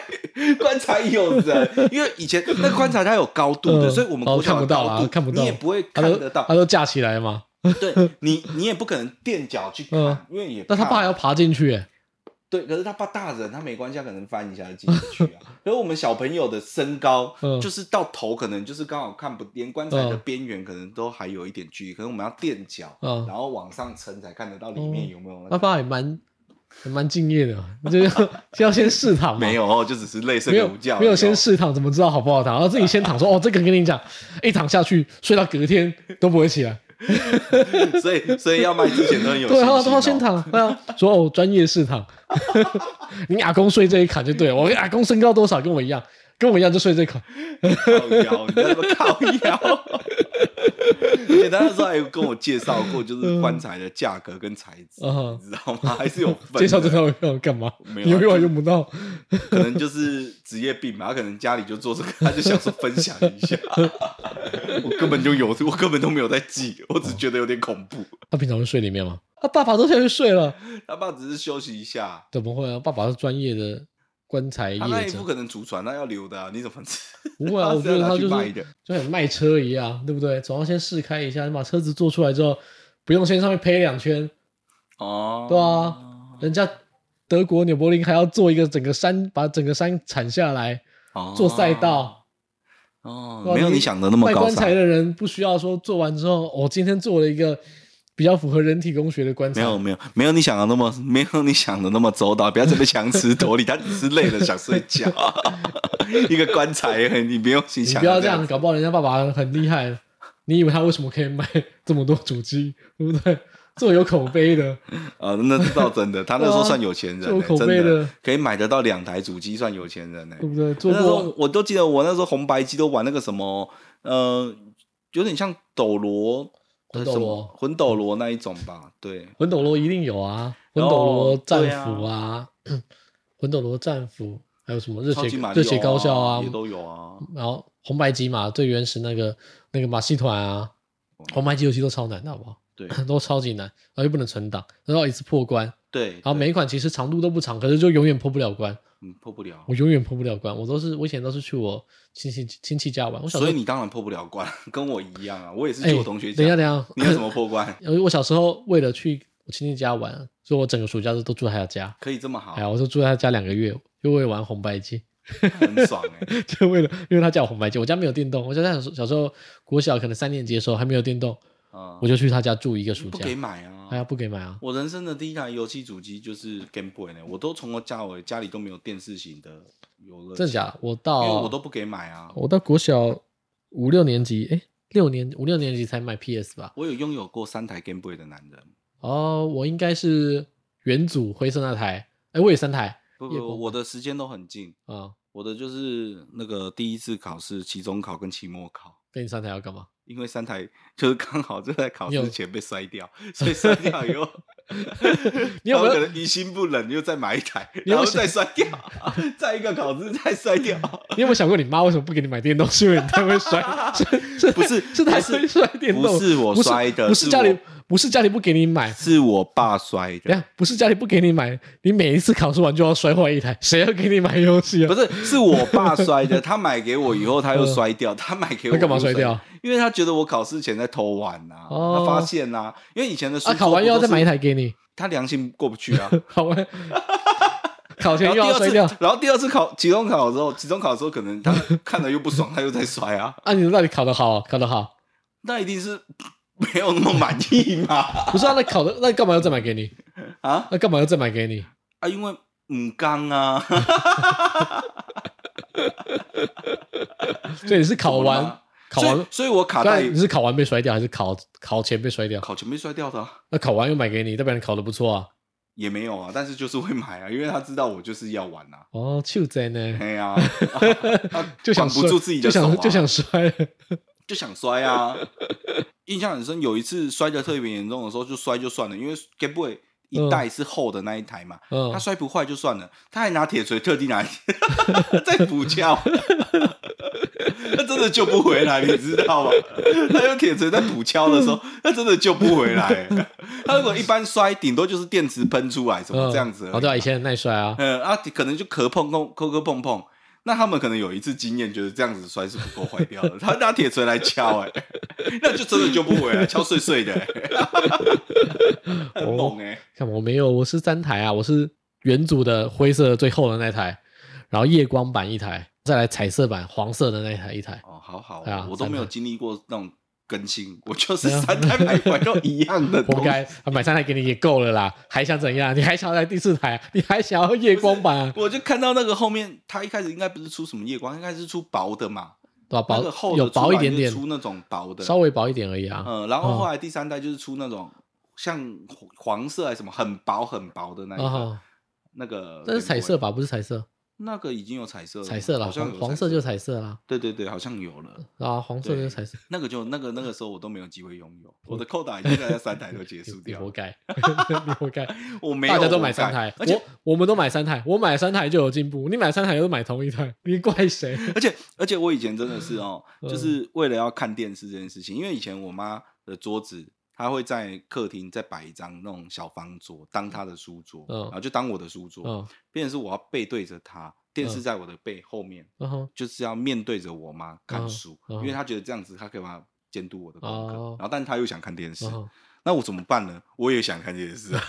Speaker 1: 棺材有人？因为以前那棺材它有高度的，
Speaker 2: 嗯
Speaker 1: 所以我们
Speaker 2: 哦
Speaker 1: 国小
Speaker 2: 看
Speaker 1: 的
Speaker 2: 不到
Speaker 1: 高
Speaker 2: 啦
Speaker 1: 度
Speaker 2: 看不到
Speaker 1: 你也不会 [laughs]
Speaker 2: 他
Speaker 1: 看
Speaker 2: 都
Speaker 1: 得到
Speaker 2: 他。都架起来嘛，
Speaker 1: 对你，你也不可能垫脚去看
Speaker 2: 嗯，
Speaker 1: 因为也
Speaker 2: 但他
Speaker 1: 怕
Speaker 2: 爸要爬进去、欸，
Speaker 1: 对，可是他爸大人，他没关系，他可能翻一下就进得去
Speaker 2: [laughs]
Speaker 1: 啊。可是我们小朋友的身高，
Speaker 2: 嗯
Speaker 1: 就是到头可能就是刚好看不，连棺材的
Speaker 2: 嗯
Speaker 1: 边缘可能都还有一点距离，可能我们要垫脚，
Speaker 2: 嗯哦
Speaker 1: 然后往上撑才看得到里面有没有那个。
Speaker 2: 他爸也蛮也蛮敬业的，就是 [laughs] 就要先试 [laughs] 躺嘛。
Speaker 1: 没有哦，就只是类似
Speaker 2: 没有
Speaker 1: 个午觉，
Speaker 2: 没有先试躺，怎么知道好不好躺？然后自己先躺说，哦，这个跟你讲，一躺下去睡到隔天都不会起来。
Speaker 1: 有， [laughs] 所以所以要卖之前都很有信
Speaker 2: 对
Speaker 1: 心、
Speaker 2: 啊，
Speaker 1: 哦。
Speaker 2: 他妈先躺，对啊，说哦，专业试
Speaker 1: [laughs]
Speaker 2: 躺，你阿公睡这一坎就对了，我哎阿公身高多少跟我一样，跟我一样就睡这一
Speaker 1: [laughs]
Speaker 2: 坎，
Speaker 1: 靠腰，你在那边靠腰。而且他那时候还有跟我介绍过，就是棺材的价格跟材
Speaker 2: [laughs]
Speaker 1: 质，
Speaker 2: 嗯
Speaker 1: 你知道吗？还是有分的
Speaker 2: 介绍这套要干嘛？
Speaker 1: 没有啊
Speaker 2: 你永远用不到，
Speaker 1: 可能就是职业病嘛，他可能家里就做这个，他就想说分享一
Speaker 2: [laughs]
Speaker 1: 下。我根本就有，我根本都没有在记，我只觉得有点恐怖。
Speaker 2: 他平常会睡里面吗？他爸爸都下去睡了，
Speaker 1: 他爸只是休息一下，
Speaker 2: 怎么会啊？爸爸是专业的，棺材
Speaker 1: 他那
Speaker 2: 业
Speaker 1: 一 [laughs]
Speaker 2: 者
Speaker 1: 副，可能祖传，那要留的啊，你怎么知？
Speaker 2: 不会啊，我
Speaker 1: [laughs] 是
Speaker 2: 觉
Speaker 1: 要
Speaker 2: 得
Speaker 1: 拿
Speaker 2: 他
Speaker 1: 去
Speaker 2: 就
Speaker 1: 卖
Speaker 2: 是
Speaker 1: 的
Speaker 2: 就很卖车一样，对不对？总要先试开一下，你把车子做出来之后，不用先上面配两圈，
Speaker 1: 哦，
Speaker 2: 对啊，人家德国纽柏林还要做一个整个山，把整个山铲下来
Speaker 1: 哦
Speaker 2: 啊做赛道。
Speaker 1: 哦
Speaker 2: 对，啊
Speaker 1: 没有
Speaker 2: 你
Speaker 1: 你想的那么
Speaker 2: 卖
Speaker 1: 高
Speaker 2: 棺材
Speaker 1: 尚，
Speaker 2: 的人不需要说做完之后，我、今天做了一个比较符合人体工学的棺材
Speaker 1: 没，有没有没有你想的那么没有你想的那么周到，不要这么强词夺理，他只是累了想睡觉， [laughs] 一个棺材而已，你不用你
Speaker 2: 你
Speaker 1: 想
Speaker 2: 不要
Speaker 1: 的
Speaker 2: 这样，搞不好人家爸爸很厉害。你以为他为什么可以买 [laughs] 这么多主机，对不对？这么有口碑的，
Speaker 1: 啊，那是倒真的，他那时
Speaker 2: 对
Speaker 1: 候
Speaker 2: 啊
Speaker 1: 算有钱
Speaker 2: 这有
Speaker 1: 人欸，
Speaker 2: 口
Speaker 1: 真
Speaker 2: 碑
Speaker 1: 的
Speaker 2: 的
Speaker 1: 可以买得到两台主机，算有钱人呢。欸
Speaker 2: 对不对？做
Speaker 1: 那时候
Speaker 2: 过
Speaker 1: 我都记得，我那时候红白机都玩那个什么，呃，有点像斗罗的
Speaker 2: 魂斗
Speaker 1: 什么
Speaker 2: 罗
Speaker 1: 魂斗罗那一种吧。对，
Speaker 2: 魂斗罗一定有啊，魂
Speaker 1: 然后
Speaker 2: 斗罗战斧
Speaker 1: 哦对
Speaker 2: 啊，魂斗罗战斧，还有什么热
Speaker 1: 超
Speaker 2: 血
Speaker 1: 级马里
Speaker 2: 热
Speaker 1: 奥
Speaker 2: 血高校啊
Speaker 1: 也，都有啊。
Speaker 2: 然后红白机嘛，最原始那个那个马戏团啊，
Speaker 1: 哦
Speaker 2: 红白机游戏都超难的，好不好？ [clears throat]
Speaker 1: 对
Speaker 2: 都超级难，然后又不能存档，然后一次破关，
Speaker 1: 对，
Speaker 2: 然后
Speaker 1: 对
Speaker 2: 每一款其实长度都不长，可是就永远破不了关，
Speaker 1: 嗯破不了
Speaker 2: 我，永远破不了关，我都是我以前都是去我亲戚亲戚家玩，我小时
Speaker 1: 所
Speaker 2: 候
Speaker 1: 以你当然破不了关，跟我一样啊。我也是
Speaker 2: 哎
Speaker 1: 去我同学家，
Speaker 2: 等一下等一下，
Speaker 1: 你有什么破关？
Speaker 2: [laughs] 因为我小时候为了去我亲戚家玩，所以我整个暑假都都住在他家。
Speaker 1: 可以这么好
Speaker 2: 哎，呀，我就住在他家两个月，就为了玩红白机， [laughs]
Speaker 1: 很爽哎。
Speaker 2: 就为了因为他叫我红白机，我家没有电动，我家小时候小时候国小可能三年级的时候还没有电动，
Speaker 1: 啊
Speaker 2: 我就去他家住一个暑
Speaker 1: 不
Speaker 2: 假
Speaker 1: 给。买啊
Speaker 2: 哎。呀，不给买啊！
Speaker 1: 我人生的第一台游戏主机就是 Game Boy 呢，我都从我家我家里都没有电视型的游乐器，
Speaker 2: 真的哦假的？我
Speaker 1: 因为
Speaker 2: 到
Speaker 1: 我都不给买啊。
Speaker 2: 我到国小五六年级，哎，六年五六年级才买 PS 吧？
Speaker 1: 我有拥有过三台 Game Boy 的男人，
Speaker 2: 哦，我应该是元祖灰色那台，哎，我有三台
Speaker 1: 不
Speaker 2: 夜光
Speaker 1: 不，我的时间都很近，
Speaker 2: 啊，
Speaker 1: 我的就是那个第一次考试、期中考跟期末考，
Speaker 2: 跟你三台要干嘛？
Speaker 1: 因为三台就是刚好就在考
Speaker 2: 你有，
Speaker 1: 试前被摔掉，所以摔掉以后
Speaker 2: [laughs] 你有没有
Speaker 1: 然后可能于心不忍又再买一台，
Speaker 2: 你有
Speaker 1: 然
Speaker 2: 没有
Speaker 1: 后再摔掉，再一个考试再摔掉，
Speaker 2: 你有没有想过你妈为什么不给你买电动？是因为你太
Speaker 1: [laughs]
Speaker 2: 会摔，是是
Speaker 1: 不是
Speaker 2: 是太
Speaker 1: 不是
Speaker 2: 会摔 [laughs] 电动，
Speaker 1: 不是我
Speaker 2: 不是
Speaker 1: 摔的
Speaker 2: 不是
Speaker 1: 是
Speaker 2: 家里
Speaker 1: 我
Speaker 2: 不是家里不给你买，
Speaker 1: 是我爸摔的
Speaker 2: 等一。下不是家里不给你买，你每一次考试完就要摔坏一台，谁要给你买游戏
Speaker 1: 不
Speaker 2: 啊？
Speaker 1: 是，是我爸摔的。他买给我以后，
Speaker 2: [laughs]
Speaker 1: 他又摔掉。他买给我，
Speaker 2: 那嗯干嘛
Speaker 1: 又
Speaker 2: 摔掉？
Speaker 1: 因为他觉得我考试前在偷玩呐、
Speaker 2: 哦
Speaker 1: 他发现呐、因为以前的书、
Speaker 2: 啊，考完又要再买一，台给你，
Speaker 1: 他良心过不去
Speaker 2: [laughs]
Speaker 1: 啊。
Speaker 2: 考
Speaker 1: [laughs]
Speaker 2: 完考前
Speaker 1: 然
Speaker 2: 又
Speaker 1: 后第二
Speaker 2: 要摔掉
Speaker 1: 次，然后第二次考期中考的时候，期中考的时候可能他看了又不爽，他又在摔啊，
Speaker 2: 啊，你到底考得好？考得好？
Speaker 1: 那一定是 [laughs] 没有那么满意
Speaker 2: [laughs]
Speaker 1: 嘛
Speaker 2: 不是啊，那考的那干嘛要再买给你？
Speaker 1: 啊
Speaker 2: 那干嘛要再买给你？
Speaker 1: 啊，因为唔刚啊，
Speaker 2: 所以你是考
Speaker 1: 怎么了 [laughs]
Speaker 2: 完
Speaker 1: 吗
Speaker 2: 考
Speaker 1: 所以
Speaker 2: 完，
Speaker 1: 所以我卡
Speaker 2: 刚才
Speaker 1: 带
Speaker 2: 你是考完被摔掉，还是考考前被摔掉？
Speaker 1: 考前被摔掉的啊、
Speaker 2: 那考完又买给你，代表你考得不错啊。
Speaker 1: 也没有啊，但是就是会买啊，因为他知道我就是要玩啊。
Speaker 2: 哦，就在呢。
Speaker 1: 哎
Speaker 2: [laughs]
Speaker 1: 呀、他
Speaker 2: 就想
Speaker 1: 管不
Speaker 2: 摔
Speaker 1: 住自己的
Speaker 2: 就
Speaker 1: 手、啊
Speaker 2: 想就想
Speaker 1: [laughs]
Speaker 2: 摔了。
Speaker 1: 就想摔啊。 [laughs] 印象很深，有一次摔得特别严重的时候，就摔就算了，因为 Game Boy 一代是厚的那一台嘛，
Speaker 2: 嗯
Speaker 1: 他，摔不坏就算了，他还拿铁锤特地拿 [laughs] 再补敲，他真的救不回来，你知道吗？他用铁锤在补敲的时候，他真的救不回来。他如果一般摔，顶多就是电池喷出来什么
Speaker 2: 嗯
Speaker 1: 这样子而已嘛。
Speaker 2: 哦，对啊，以前很耐摔啊。
Speaker 1: 嗯啊，可能就磕碰碰磕磕碰碰。那他们可能有一次经验，觉得这样子摔是不够坏掉的，他拿铁锤来敲、哎， [laughs] 那就真的救不回来，敲碎碎的、哎 [laughs] 很猛哎、
Speaker 2: 看我没有，我是三台啊，我是原组的灰色的最厚的那台，然后夜光版一台，再来彩色版黄色的那一台一台。
Speaker 1: 哦，好好、
Speaker 2: 对啊
Speaker 1: 我都没有经历过那种更新， [laughs] 我
Speaker 2: [laughs]
Speaker 1: 就是
Speaker 2: 没有
Speaker 1: 三台买回来都一样
Speaker 2: [laughs]
Speaker 1: 的东
Speaker 2: 活
Speaker 1: 西。
Speaker 2: 该，啊买三台给你也够了啦，还想怎样？你还想要来第四台？啊你还想要夜光版啊？
Speaker 1: [laughs] 我就看到那个后面，他一开始应该不是出什么夜光，应该是出薄的嘛，
Speaker 2: 对吧？
Speaker 1: 那个
Speaker 2: 薄
Speaker 1: 厚
Speaker 2: 有
Speaker 1: 的
Speaker 2: 薄
Speaker 1: 出
Speaker 2: 一
Speaker 1: 来
Speaker 2: 点
Speaker 1: 就
Speaker 2: 点，
Speaker 1: 出那种薄的，
Speaker 2: 稍微薄一点而已啊。
Speaker 1: 嗯，然后后来第三代就是出那种像黄色还是什么很薄很薄嗯的那一个，
Speaker 2: 啊，
Speaker 1: 那个
Speaker 2: 这
Speaker 1: Game
Speaker 2: 是彩
Speaker 1: Boy
Speaker 2: 色吧？不是彩色，
Speaker 1: 那个已经有彩色了吗，
Speaker 2: 彩色啦，
Speaker 1: 好像
Speaker 2: 黄
Speaker 1: 有
Speaker 2: 黄色
Speaker 1: 色
Speaker 2: 就，彩色啦，
Speaker 1: 对对对，好像有了。
Speaker 2: 啊，黄色就
Speaker 1: 对
Speaker 2: 是彩色。
Speaker 1: 那个就那个那个时候我都没有机会拥有，我的扣打已经在三台都结束
Speaker 2: 你 [laughs]
Speaker 1: 掉
Speaker 2: 活
Speaker 1: 了， [laughs]
Speaker 2: 该，你活该。
Speaker 1: 我没有
Speaker 2: 大家都买
Speaker 1: 我在
Speaker 2: 三台，
Speaker 1: 而且
Speaker 2: 我我们都买三台，我买三台就有进步，你买三台都买同一台，你怪谁？
Speaker 1: 而且而且我以前真的是哦，
Speaker 2: 嗯
Speaker 1: 就是为了要看电视这件事情，因为以前我妈的桌子。她会在客厅再摆一张那种小方桌，当她的书桌，
Speaker 2: 嗯
Speaker 1: 然后就当我的书桌，
Speaker 2: 嗯，
Speaker 1: 变成是我要背对着她，电视在我的背后面，
Speaker 2: 嗯哼，
Speaker 1: 就是要面对着我妈看书，
Speaker 2: 嗯嗯
Speaker 1: 因为她觉得这样子她可以帮她监督我的功课，
Speaker 2: 哦
Speaker 1: 然后但她又想看电视，
Speaker 2: 嗯哼
Speaker 1: 那我怎么办呢？我也想看电视啊，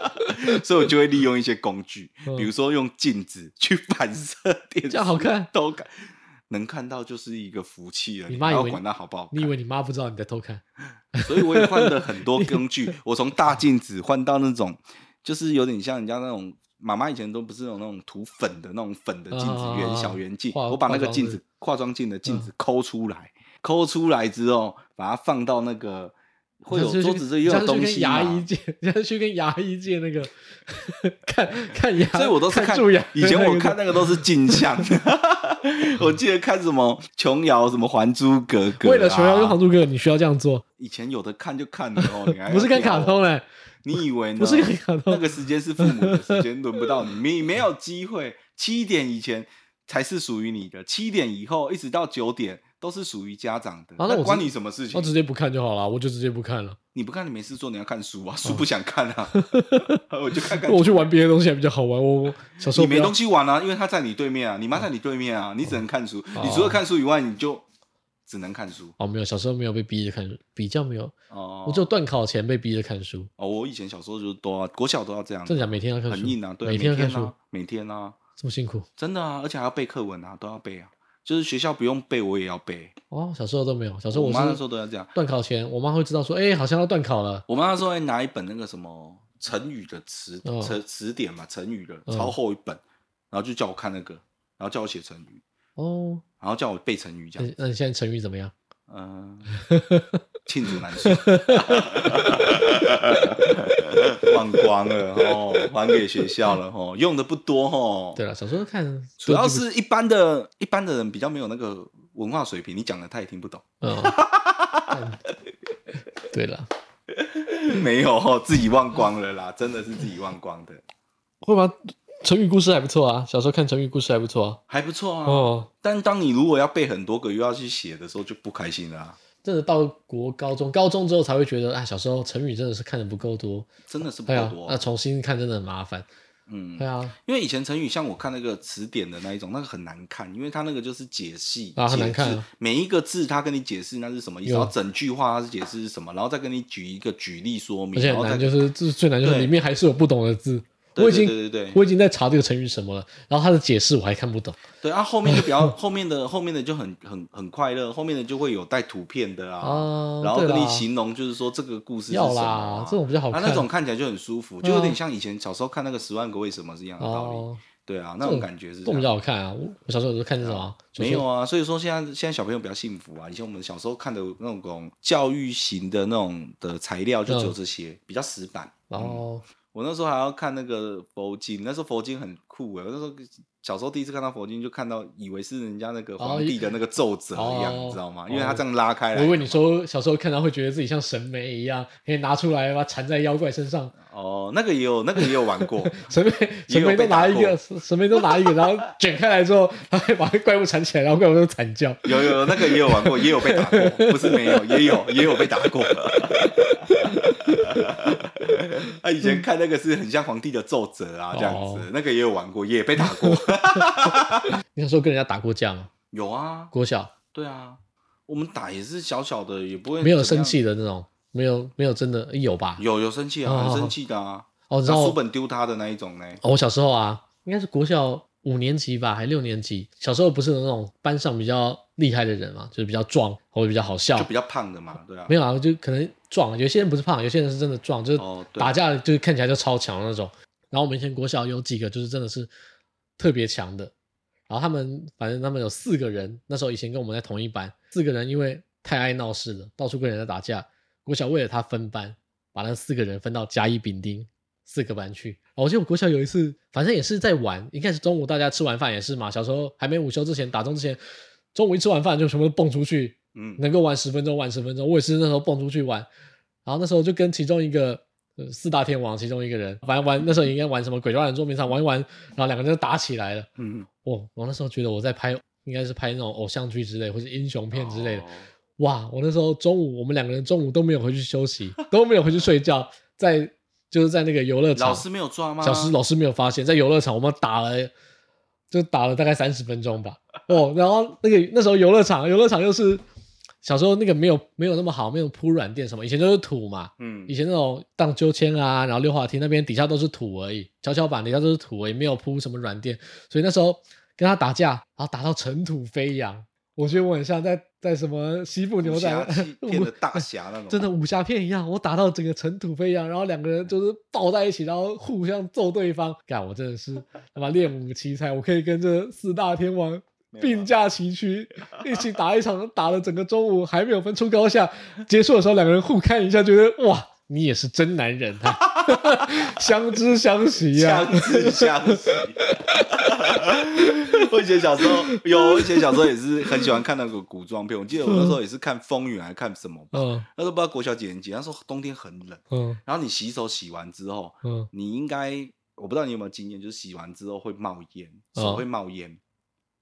Speaker 1: [laughs] 所以我就会利用一些工具，
Speaker 2: 嗯
Speaker 1: 比如说用镜子去反射电视，
Speaker 2: 这样好看
Speaker 1: 都看。能看到就是一个福气了，
Speaker 2: 你
Speaker 1: 你
Speaker 2: 妈
Speaker 1: 还
Speaker 2: 以
Speaker 1: 要
Speaker 2: 为
Speaker 1: 管它好不好看？
Speaker 2: 你以为你妈不知道你在偷看？
Speaker 1: 所以我也换了很多工
Speaker 2: [laughs]
Speaker 1: 具，我从大镜子换到那种，就是有点像人家那种妈妈以前都不是有那种涂粉的那种粉的镜子，
Speaker 2: 啊
Speaker 1: 圆小圆镜，
Speaker 2: 化
Speaker 1: 我把那个
Speaker 2: 化妆
Speaker 1: 镜
Speaker 2: 的嗯
Speaker 1: 子化妆镜的镜子抠出来，抠出来之后把它放到那个会有
Speaker 2: 你下次去
Speaker 1: 桌子这也有
Speaker 2: 你下次去
Speaker 1: 东
Speaker 2: 跟
Speaker 1: 西
Speaker 2: 牙
Speaker 1: 嘛
Speaker 2: 医 [laughs] 界，你下次去跟牙医界那个看看牙，
Speaker 1: 所以我都是看
Speaker 2: 蛀牙。
Speaker 1: 以前我看那
Speaker 2: 那
Speaker 1: 个都是镜
Speaker 2: [laughs]
Speaker 1: 像，我记得看什么琼瑶、什么《还珠格格》。
Speaker 2: 个为了琼
Speaker 1: 啊
Speaker 2: 瑶跟还，珠格格，你需要这样做，
Speaker 1: 以前有的看就看了
Speaker 2: [laughs]
Speaker 1: 哦，你还
Speaker 2: 不是看
Speaker 1: 要
Speaker 2: 卡通嘞，
Speaker 1: 你以为呢？
Speaker 2: 不是看卡通
Speaker 1: 那个时间是父母的时间，轮不到你，你没有机会。七点以前才是属于你的，七点以后一直到九点都是属于家长的。
Speaker 2: 啊那我
Speaker 1: 那
Speaker 2: 是
Speaker 1: 关你什么事情
Speaker 2: 我？直接不看就好了，我就直接不看了，
Speaker 1: 你不看，你没事做，你要看书啊，书不想看
Speaker 2: [laughs]
Speaker 1: 啊，我就看看。
Speaker 2: 哦我去玩别的东西还比较好玩。我我小时候
Speaker 1: 你
Speaker 2: 不
Speaker 1: 没
Speaker 2: 要
Speaker 1: 东西玩啊，因为他在你对面啊，你妈在你对面啊，你只能看书。
Speaker 2: 哦
Speaker 1: 你除了看书以外，你就只能看书。
Speaker 2: 哦，没有，小时候没有被逼着看，比较没有，
Speaker 1: 哦，
Speaker 2: 我只有断考前被逼着看书，
Speaker 1: 哦，我以前小时候就都要，国小都要这样，
Speaker 2: 真的假？每天要看书，
Speaker 1: 很硬啊，对啊，
Speaker 2: 每
Speaker 1: 每
Speaker 2: 天要看
Speaker 1: 天
Speaker 2: 书，
Speaker 1: 啊，每天啊，
Speaker 2: 这么辛苦
Speaker 1: 真的啊，而且还要背课文啊，都要背啊。就是学校不用背，我也要背。
Speaker 2: 哦。小时候都没有，小时候
Speaker 1: 我
Speaker 2: 我
Speaker 1: 妈那时
Speaker 2: 是
Speaker 1: 候都要这样。
Speaker 2: 断考前，我妈会知道说，哎、好像要断考了，
Speaker 1: 我妈那时候还拿一本那个什么成语的词
Speaker 2: 哦
Speaker 1: 词词典嘛，成语的
Speaker 2: 嗯
Speaker 1: 超厚一本，然后就叫我看那个，然后叫我写成语，
Speaker 2: 哦。
Speaker 1: 然后叫我背成语这
Speaker 2: 那
Speaker 1: 样
Speaker 2: 你那你现在成语怎么样？
Speaker 1: 嗯，罄竹难书， [laughs] 忘光了哦，还给学校了哦，用的不多哦。
Speaker 2: 对了，小时候看
Speaker 1: 主要是一般的一般的人比较没有那个文化水平，你讲的他也听不懂。
Speaker 2: 嗯，
Speaker 1: [laughs]
Speaker 2: 看嗯对了，
Speaker 1: 没有哦，自己忘光了啦，真的是自己忘光的，
Speaker 2: 会吗？成语故事还不错啊，小时候看成语故事还不错啊。
Speaker 1: 还不错啊。
Speaker 2: 哦，
Speaker 1: 但当你如果要背很多个又要去写的时候，就不开心啦、啊
Speaker 2: 真的到国高中，高中之后才会觉得，啊，小时候成语真的是看的不够多，
Speaker 1: 真的是不
Speaker 2: 对
Speaker 1: 够
Speaker 2: 啊
Speaker 1: 多，
Speaker 2: 那。重新看真的很麻烦。
Speaker 1: 嗯，
Speaker 2: 对啊，
Speaker 1: 因为以前成语像我看那个词典的那一种，那个很难看，因为它那个就是解析
Speaker 2: 啊很
Speaker 1: 解
Speaker 2: 难看啊
Speaker 1: 字每一个字它跟你解释那是什么意思，
Speaker 2: 有
Speaker 1: 然后整句话它是解释是什么，然后再跟你举一个举例说明，
Speaker 2: 而且
Speaker 1: 然
Speaker 2: 很
Speaker 1: 后再
Speaker 2: 难，就是最最难就是
Speaker 1: 对
Speaker 2: 里面还是有不懂的字。
Speaker 1: 对
Speaker 2: 我已经
Speaker 1: 对对对对
Speaker 2: 我已经在查这个成语什么了，然后它的解释我还看不懂。
Speaker 1: 对啊，后面就比
Speaker 2: [laughs]
Speaker 1: 较后面的后面的就很很很快乐，后面的就会有带图片的啊。
Speaker 2: 啊，
Speaker 1: 然后跟
Speaker 2: 对
Speaker 1: 你
Speaker 2: 啦
Speaker 1: 形容，就是说这个故事是什
Speaker 2: 要
Speaker 1: 么、
Speaker 2: 啦
Speaker 1: 啊，，
Speaker 2: 这种比较好
Speaker 1: 啊
Speaker 2: 看。嗯
Speaker 1: 那种看起来就很舒服，就有点像以前小时候看那个《十万个为什么》是一样的道理。
Speaker 2: 哦，
Speaker 1: 对啊，那种
Speaker 2: 这种
Speaker 1: 感觉是
Speaker 2: 这
Speaker 1: 这
Speaker 2: 种
Speaker 1: 样。
Speaker 2: 比较好看啊。我我小时候都看这种啊，就
Speaker 1: 没
Speaker 2: 是
Speaker 1: 有啊，所以说现在现在小朋友比较幸福啊。以前我们小时候看的那种教育型的那种的材料，就只
Speaker 2: 嗯
Speaker 1: 有这些，比较死板。
Speaker 2: 然后
Speaker 1: 我那时候还要看那个佛经，那时候佛经很酷哎、我那时候小时候第一次看到佛经，就看到以为是人家那个皇帝的那个奏折一样，
Speaker 2: 哦
Speaker 1: 你知道吗？因为他这样拉开
Speaker 2: 我以
Speaker 1: 来，
Speaker 2: 为你说小时候看到会觉得自己像神眉一样，可以拿出来把它缠在妖怪身上。
Speaker 1: 哦，那个也有，那个也有玩过， [laughs]
Speaker 2: 神眉
Speaker 1: 也
Speaker 2: 神
Speaker 1: 有
Speaker 2: 眉
Speaker 1: 被
Speaker 2: 都
Speaker 1: 打
Speaker 2: 拿
Speaker 1: 过
Speaker 2: 一个，神眉都拿一个，然后卷开来之后，他会把怪物缠起来，然后怪物都惨叫。
Speaker 1: [laughs] 有有有那个也有玩过，也有被打
Speaker 2: [laughs]
Speaker 1: 过，不是没有，也有也有被打过。啊，以前看那个是很像皇帝的奏折啊，这样子，
Speaker 2: 哦
Speaker 1: 那个也有玩过，也被打过。 [laughs]
Speaker 2: 你小时候跟人家打过架吗？
Speaker 1: 有啊，
Speaker 2: 国小
Speaker 1: 对啊，我们打也是小小的，也不会
Speaker 2: 没有
Speaker 1: 嗯怎么
Speaker 2: 生
Speaker 1: 样。
Speaker 2: 气的那种，没有没有真的诶有吧？
Speaker 1: 有有生气
Speaker 2: 哦
Speaker 1: 啊，很生气的啊，
Speaker 2: 哦，你知
Speaker 1: 拿
Speaker 2: 道
Speaker 1: 书
Speaker 2: 我
Speaker 1: 本丢他的那一种呢。
Speaker 2: 哦我小时候啊，应该是国小五年级吧，还六年级。小时候不是有那种班上比较厉害的人嘛，就是比较壮或者比较好笑
Speaker 1: 就，比较胖的嘛，对啊
Speaker 2: 没，有啊，就可能壮，有些人不是胖，有些人是真的壮，就是
Speaker 1: 哦对
Speaker 2: 打架就是看起来就超强的那种。然后我们以前国小有几个就是真的是特别强的，然后他们反正他们有四个人，那时候以前跟我们在同一班，四个人因为太爱闹事了，到处跟人家打架。国小为了他分班，把那四个人分到甲乙丙丁四个班去。然后我记得我国小有一次，反正也是在玩，应该是中午大家吃完饭也是嘛，小时候还没午休之前打钟之前，中午一吃完饭就全部都蹦出去
Speaker 1: 嗯，
Speaker 2: 能够玩十分钟玩十分钟，我也是那时候蹦出去玩，然后那时候就跟其中一个、呃四大天王其中一个人玩玩，那时候应该玩什么鬼抓人桌面上玩一玩，然后两个人就打起来了。
Speaker 1: 嗯，
Speaker 2: 哇！我那时候觉得我在拍，应该是拍那种偶像剧之类或是英雄片之类的
Speaker 1: 哦。
Speaker 2: 哇！我那时候中午我们两个人中午都没有回去休息，都没有回去睡觉，在就是在那个游乐场，
Speaker 1: 老师没有抓吗？
Speaker 2: 小时老师没有发现，在游乐场我们打了就打了大概三十分钟吧。 [laughs] 哦，然后那个那时候游乐场，游乐场又是小时候那个没有没有那么好，没有铺软垫什么，以前都是土嘛，
Speaker 1: 嗯
Speaker 2: 以前那种荡秋千啊，然后溜滑梯那边底下都是土而已，跷跷板底下都是土而已，没有铺什么软垫，所以那时候跟他打架，然后打到尘土飞扬，我觉得我很像在在什么西部牛仔
Speaker 1: 变得大侠那种，
Speaker 2: [laughs] 真的武侠片一样，我打到整个尘土飞扬，然后两个人就是抱在一起，然后互相揍对方。干，我真
Speaker 1: [laughs]
Speaker 2: 的是他妈练武奇才，我可以跟这四大天王
Speaker 1: 没有啊
Speaker 2: 并驾齐驱，一起打一场，打了整个中午还没有分出高下。结束的时候，两个人互看一下，觉得哇，你也是真男人啊， [laughs] 相知相惜啊呀、 [laughs]
Speaker 1: [laughs] 相知相惜。我以前小时候有，我以前小时候也是很喜欢看那个古装片。我记得我那时候也是看《风云》还是看什么，
Speaker 2: 嗯
Speaker 1: 那时候不知道国小几年级，那时候冬天很冷，
Speaker 2: 嗯
Speaker 1: 然后你洗手洗完之后，
Speaker 2: 嗯，
Speaker 1: 你应该我不知道你有没有经验，就是洗完之后会冒烟，手
Speaker 2: 哦
Speaker 1: 会冒烟，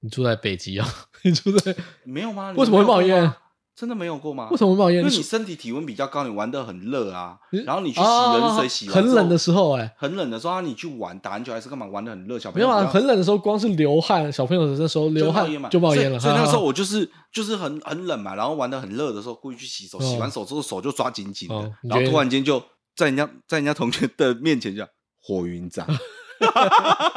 Speaker 2: 你住在北极啊？ [laughs] 你住在
Speaker 1: 没有吗？你
Speaker 2: 为什么会
Speaker 1: 没有过
Speaker 2: 冒烟
Speaker 1: 吗？真的没有过吗？
Speaker 2: 为什么会冒
Speaker 1: 因
Speaker 2: 烟？
Speaker 1: 为
Speaker 2: 住
Speaker 1: 你身体体温比较高，你玩的很热啊
Speaker 2: 嗯，
Speaker 1: 然后你去洗冷
Speaker 2: 啊
Speaker 1: 水洗完之后、
Speaker 2: 很冷的时候哎、
Speaker 1: 很冷的时候，啊你去玩打篮球还是干嘛，玩的很热，小朋
Speaker 2: 没
Speaker 1: 友
Speaker 2: 有啊，
Speaker 1: 比较
Speaker 2: 很冷的时候，光是流汗，小朋友的时候流汗
Speaker 1: 就冒烟嘛，
Speaker 2: 就冒烟了。
Speaker 1: 所以所以那时候
Speaker 2: 我
Speaker 1: 我就是就是很很冷嘛，然后玩的很热的时候，故意去洗手，
Speaker 2: 哦
Speaker 1: 洗完手之后手就抓紧紧的
Speaker 2: 哦，你
Speaker 1: 然后
Speaker 2: 觉得
Speaker 1: 突然间就在人家在人家同学的面前就火云掌。 [laughs]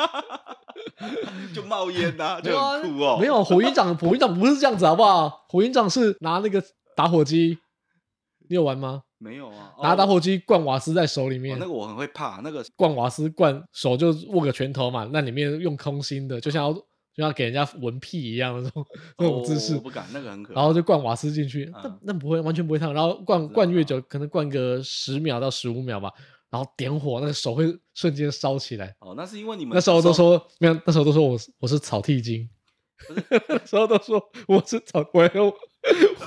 Speaker 1: 就冒烟呐、就很酷哦、
Speaker 2: 没有火
Speaker 1: [laughs]
Speaker 2: 云掌，火云掌不是这样子好不好？火云掌是拿那个打火机，你有玩吗？
Speaker 1: 没有啊，
Speaker 2: 拿打
Speaker 1: 哦
Speaker 2: 火机灌瓦斯在手里
Speaker 1: 哦
Speaker 2: 面
Speaker 1: 那，个我很会怕，那个
Speaker 2: 灌瓦斯灌手就握个拳头嘛，那里面用空心的，就像要就像给人家闻屁一样的那种 [laughs] 那种姿
Speaker 1: 哦
Speaker 2: 势
Speaker 1: 我。不敢，那个很可怕。
Speaker 2: 然后就灌瓦斯进去，
Speaker 1: 嗯
Speaker 2: 那那不会完全不会烫，然后灌
Speaker 1: 道
Speaker 2: 灌越久，可能灌个十秒到十五秒吧，然后点火，那个手会瞬间烧起来。
Speaker 1: 哦，那是因为你们
Speaker 2: 那时候
Speaker 1: 小
Speaker 2: 都说没有，那时候都说我是我是草剃精， [laughs] 那时候都说我是草，我要用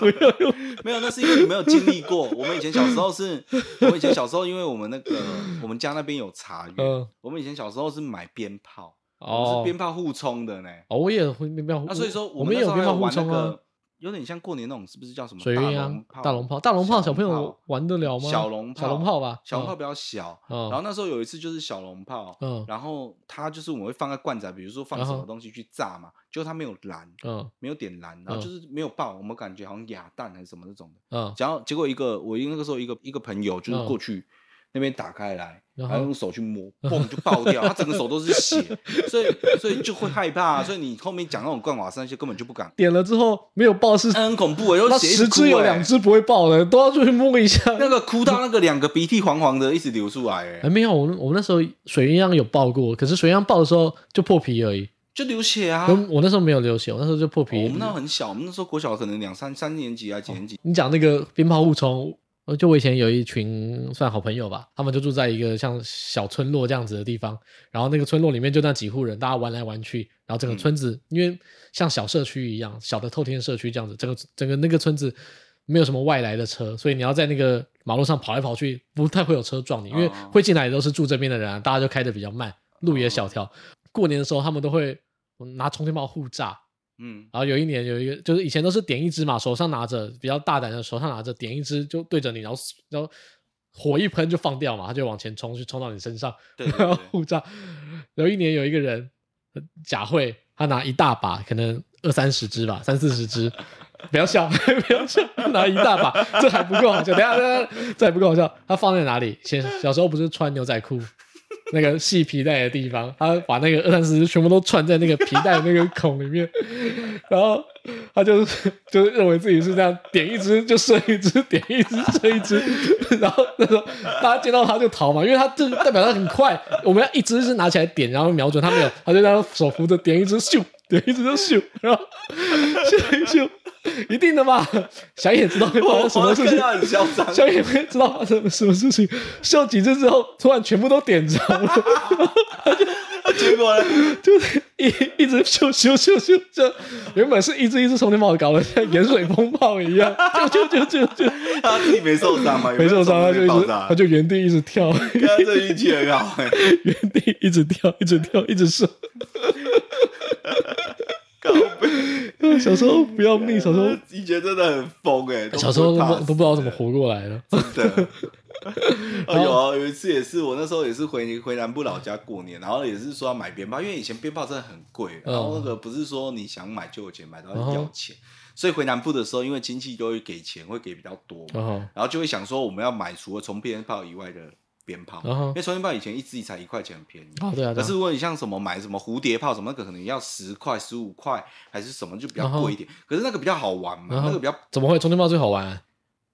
Speaker 2: 我要用
Speaker 1: 没有，那是因为你没有经历
Speaker 2: [laughs]
Speaker 1: 过。我们以前小时候是，我们以前小时候，因为我们那个我们家那边有茶园，
Speaker 2: 嗯
Speaker 1: 我们以前小时候是买鞭炮，我们是
Speaker 2: [laughs] 哦
Speaker 1: 鞭炮互冲的呢。
Speaker 2: 哦，我也会鞭炮，
Speaker 1: 那所以说，
Speaker 2: 我
Speaker 1: 们
Speaker 2: 们
Speaker 1: 那
Speaker 2: 也
Speaker 1: 时
Speaker 2: 有
Speaker 1: 候
Speaker 2: 鞭
Speaker 1: 还
Speaker 2: 炮互
Speaker 1: 玩那
Speaker 2: 冲啊
Speaker 1: 个，，有点像过年那种，是不是叫什么
Speaker 2: 水鸳鸯、大龙炮、大龙炮，小朋友玩得了吗？
Speaker 1: 小龙
Speaker 2: 小龙炮吧，
Speaker 1: 小龙炮
Speaker 2: 嗯
Speaker 1: 比较小。
Speaker 2: 嗯
Speaker 1: 然后那时候有一次就是小龙炮，
Speaker 2: 嗯
Speaker 1: 然后它就是我们会放在罐子啊，比如说放什
Speaker 2: 然
Speaker 1: 么
Speaker 2: 后
Speaker 1: 东西去炸嘛，结果它没有燃，
Speaker 2: 嗯
Speaker 1: 没有点燃，然后
Speaker 2: 嗯
Speaker 1: 就是没有爆，我们感觉好像哑弹还是什么那种的。
Speaker 2: 嗯
Speaker 1: 然后结果一个我那个时候一个一个朋友就是过去、那边打开来，然
Speaker 2: 然后嗯
Speaker 1: 后用手去摸，嘣就爆掉，他整个手都是血，所以所以就会害怕，啊所以你后面讲那种灌瓦斯那些根本就不敢，
Speaker 2: 点了之后没有爆是，
Speaker 1: 那很恐怖哎、欸，
Speaker 2: 那
Speaker 1: 有血一直
Speaker 2: 十
Speaker 1: 哭
Speaker 2: 只有
Speaker 1: 欸
Speaker 2: 两，只不会爆的，都要出去摸一下。
Speaker 1: 那个哭到那个两个鼻涕黄黄的一直流出来哎、
Speaker 2: 哎，没有，我们我们那时候水鸳鸯有爆过，可是水鸳鸯爆的时候就破皮而已。
Speaker 1: 就流血啊。哦
Speaker 2: 我我那时候没有流血，我那时候就破皮。
Speaker 1: 我们那时候很小，我们那时候国小可能两三三年级啊
Speaker 2: 哦
Speaker 1: 几年级，
Speaker 2: 你讲那个鞭炮互冲，呃就我以前有一群算好朋友吧，他们就住在一个像小村落这样子的地方，然后那个村落里面就那几户人，大家玩来玩去，然后整个村子、因为像小社区一样，小的透天社区这样子，整个整个那个村子没有什么外来的车，所以你要在那个马路上跑来跑去，不太会有车撞你，因为
Speaker 1: 哦
Speaker 2: 会进来的都是住这边的人啊，大家就开的比较慢，路也小条。
Speaker 1: 哦
Speaker 2: 过年的时候，他们都会拿冲天炮互炸。
Speaker 1: 嗯，
Speaker 2: 然后有一年有一个，就是以前都是点一支嘛，手上拿着比较大胆的，手上拿着点一支就对着你，然后然后火一喷就放掉嘛，他就往前冲，就冲到你身上，
Speaker 1: 对对
Speaker 2: [laughs] 然后
Speaker 1: 对
Speaker 2: 护照。有一年有一个人呃假会，他拿一大把，可能二三十支吧，三四十支。不要笑， [laughs] 不要笑，拿一大把，这还不够好笑。等一下，等一下，这还不够好笑。他放在哪里？先小时候不是穿牛仔裤那个系皮带的地方，他把那个二三十支全部都串在那个皮带的那个孔里面，然后他就 [laughs] 就认为自己是这样，点一支就射一支，点一支射一支， [laughs] 然后那时候大家见到他就逃嘛，因为他这代表他很快，我们要一支是拿起来点，然后瞄准，他没有，他就这样手扶着点一支咻，点一支就咻，然后咻一咻，一定的嘛，想也知道会发生什么事
Speaker 1: 看
Speaker 2: 情
Speaker 1: 到。很嚣
Speaker 2: [laughs]
Speaker 1: 张，
Speaker 2: 小野没知道发生什么事情，秀几次之后，突然全部都点着了，
Speaker 1: 结果呢？
Speaker 2: 就是一一直咻咻咻咻，就原本是一只一只充电宝搞得像盐水风暴一样，咻咻咻咻咻，
Speaker 1: 他自己没受伤吗？有
Speaker 2: 没受伤，他
Speaker 1: 有中
Speaker 2: 就一
Speaker 1: 途被爆
Speaker 2: 直
Speaker 1: 炸
Speaker 2: 他就原地一直跳，
Speaker 1: 他这运气很好哎、
Speaker 2: 原地一直跳，一直跳，一直射。
Speaker 1: [laughs] 靠背
Speaker 2: 小时候
Speaker 1: [laughs]
Speaker 2: 不要命，小时候
Speaker 1: 以前真的很疯哎、都不会
Speaker 2: 小时候都
Speaker 1: 怕
Speaker 2: 不
Speaker 1: 死 [laughs]
Speaker 2: [laughs] 都不知道怎么活过来的。
Speaker 1: 真的。哦，有啊，有一次也是，我那时候也是回回南部老家过年，然后也是说要买鞭炮，因为以前鞭炮真的很贵，然后那个不是说你想买就有钱买，到
Speaker 2: 嗯嗯哼
Speaker 1: 要钱，所以回南部的时候，因为亲戚都会给钱，会给比较多嘛，
Speaker 2: 然后
Speaker 1: 然后就会想说我们要买除了冲鞭炮以外的鞭炮，
Speaker 2: 然后
Speaker 1: 因为冲鞭炮以前一支才一块钱，很便宜。
Speaker 2: 啊，对啊，对
Speaker 1: 可
Speaker 2: 啊
Speaker 1: 是如果你像什么买什么蝴蝶炮什么那个，可能要十块、十五块还是什么，就比较
Speaker 2: 然后
Speaker 1: 贵一点。可是那个比较好玩嘛，
Speaker 2: 然后
Speaker 1: 那个比较
Speaker 2: 怎么会充电炮最好玩？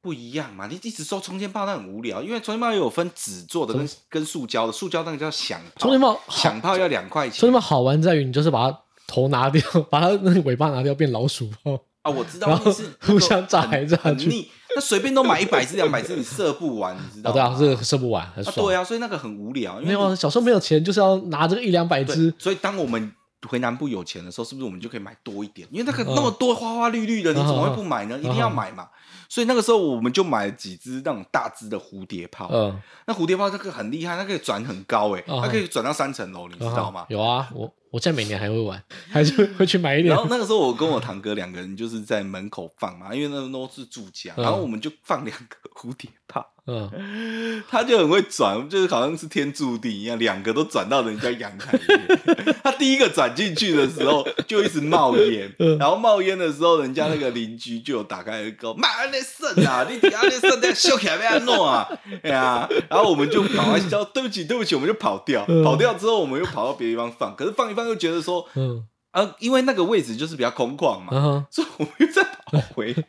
Speaker 1: 不一样嘛，你一直说充电炮那很无聊，因为充电炮有分纸做
Speaker 2: 嗯
Speaker 1: 的跟跟塑胶的，塑胶那个叫响炮，
Speaker 2: 充电炮好，
Speaker 1: 响炮要两块
Speaker 2: 充
Speaker 1: 钱
Speaker 2: 电炮好玩在于你就是把它头拿掉， [laughs] 把它那个尾巴拿掉变老鼠炮，
Speaker 1: 啊，我知道
Speaker 2: 然后
Speaker 1: 那是
Speaker 2: 互相炸来炸
Speaker 1: 很
Speaker 2: 去。
Speaker 1: 腻，那随便都买一百支两百支，你射不完，你知道吗？
Speaker 2: 啊，对啊，这个射不完，很
Speaker 1: 啊
Speaker 2: 爽。
Speaker 1: 对啊，所以那个很无聊，因
Speaker 2: 没
Speaker 1: 为
Speaker 2: 有啊，小时候没有钱，就是要拿这个一两百
Speaker 1: 对
Speaker 2: 只，
Speaker 1: 所以当我们回南部有钱的时候，是不是我们就可以买多一点？因为那个
Speaker 2: 嗯
Speaker 1: 那么多花花绿绿的，你怎么会不买呢？一定要买嘛。
Speaker 2: 嗯
Speaker 1: 所以那个时候我们就买了几只那种大只的蝴蝶炮，
Speaker 2: 嗯，
Speaker 1: 那蝴蝶炮那个很厉害，它可以转很高哎、
Speaker 2: 嗯
Speaker 1: 它可以转到三层楼，你知道吗
Speaker 2: 啊？有啊，我我现在每年还会玩， [laughs] 还是会去买一
Speaker 1: [laughs]
Speaker 2: 点
Speaker 1: 然。后那个时候我跟我堂哥两个人就是在门口放嘛，因为那都是住家，
Speaker 2: 嗯
Speaker 1: 然后我们就放两个蝴蝶炮，
Speaker 2: 嗯，
Speaker 1: 他就很会转，就是好像是天注定一样，两个都转到人家阳台里面。 [laughs] 他第一个转进去的时候就一直冒烟，
Speaker 2: [laughs] 嗯
Speaker 1: 然后冒烟的时候，人家那个邻居就有打开个妈那肾啊，你底下那肾在修起来被他弄啊，哎呀，然后我们就赶快叫对不起对不起，我们就跑掉，
Speaker 2: 嗯
Speaker 1: 跑掉之后我们又跑到别的地方放，可是放一放又觉得说，
Speaker 2: 嗯，
Speaker 1: 啊，因为那个位置就是比较空旷嘛，
Speaker 2: 然后
Speaker 1: 所以我们又再跑回来，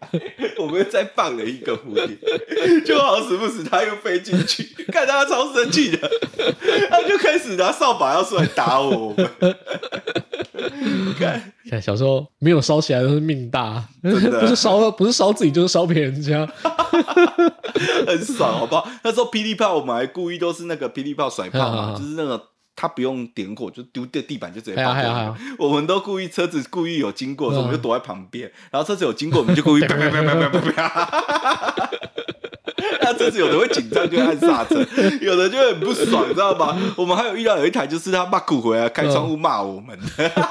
Speaker 1: 我们又再放了一个蝴蝶，就好死不死它又飞进去，看他超生气的，他就开始拿扫把要出来打我们，看
Speaker 2: 看小时候没有烧起来都是命大，
Speaker 1: 的
Speaker 2: [laughs] 不是烧不是烧自己就是烧别人家。
Speaker 1: 很爽好不好？那时候霹雳炮我们还故意都是那个霹雳炮甩炮嘛，
Speaker 2: 嗯嗯嗯
Speaker 1: 就是那个。它不用点火，就丢在地板就直接
Speaker 2: 还有
Speaker 1: 爆
Speaker 2: 还有还
Speaker 1: 掉
Speaker 2: 有。，
Speaker 1: 我们都故意车子故意有经过的时候，
Speaker 2: 嗯
Speaker 1: 我们就躲在旁边，然后车子有经过，我们就故意啪啪啪啪啪啪啪。 [laughs] 那车子有的会紧张就会按刹车，有的就很不爽，你知道吗？我们还有遇到有一台就是他骂苦回来开窗户骂我们，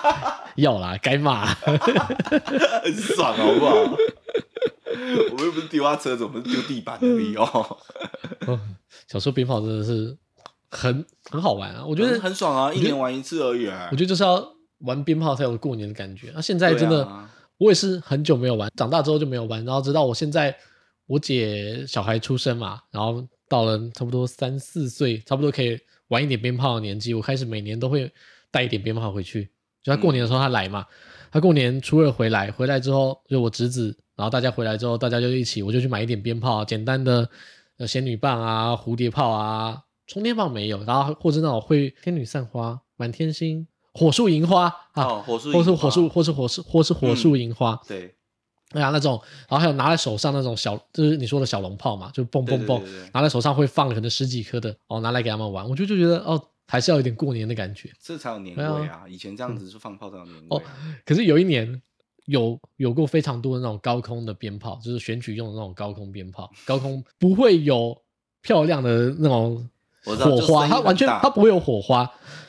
Speaker 1: [laughs]
Speaker 2: 要啦， [laughs] 该骂。
Speaker 1: 很爽好不好？ [laughs] 我们又不是丢他车子，我们是丢地板而已哦。
Speaker 2: 嗯小时候鞭炮真的是很很好玩啊，我觉得
Speaker 1: 很爽啊，一年玩一次而已。啊
Speaker 2: 我觉得就是要玩鞭炮才有过年的感觉。那、现在真
Speaker 1: 哎对
Speaker 2: 的、
Speaker 1: 啊
Speaker 2: 我也是很久没有玩，长大之后就没有玩，然后直到我现在我姐小孩出生嘛，然后到了差不多三四岁，差不多可以玩一点鞭炮的年纪，我开始每年都会带一点鞭炮回去。就他过年的时候他来嘛，他过年初二回来，回来之后就我侄子，然后大家回来之后大家就一起，我就去买一点鞭炮，简单的呃仙女棒啊、蝴蝶炮啊、充电棒没有，然后或者那种会天女散花、满天星、火树银花啊，
Speaker 1: 哦，火树
Speaker 2: 或
Speaker 1: 银
Speaker 2: 是
Speaker 1: 花
Speaker 2: 火树，或是火树，或是火树银花，
Speaker 1: 对，
Speaker 2: 对啊，那种，然后还有拿在手上那种小，就是你说的小龙炮嘛，就蹦
Speaker 1: 对
Speaker 2: 蹦
Speaker 1: 对
Speaker 2: 蹦，
Speaker 1: 对对对
Speaker 2: 拿在手上会放可能十几颗的，哦，拿来给他们玩，我就就觉得哦，还是要有点过年的感觉。
Speaker 1: 这才有年
Speaker 2: 对啊
Speaker 1: 味啊！以前这样子是放炮才有年
Speaker 2: 哦
Speaker 1: 味啊。
Speaker 2: 可是有一年有有过非常多的那种高空的鞭炮，就是选举用的那种高空鞭炮，高空不会有漂亮的那种
Speaker 1: 我知道
Speaker 2: 火
Speaker 1: 就声音
Speaker 2: 花，
Speaker 1: 很
Speaker 2: 它完全
Speaker 1: 大
Speaker 2: 它不会有火花，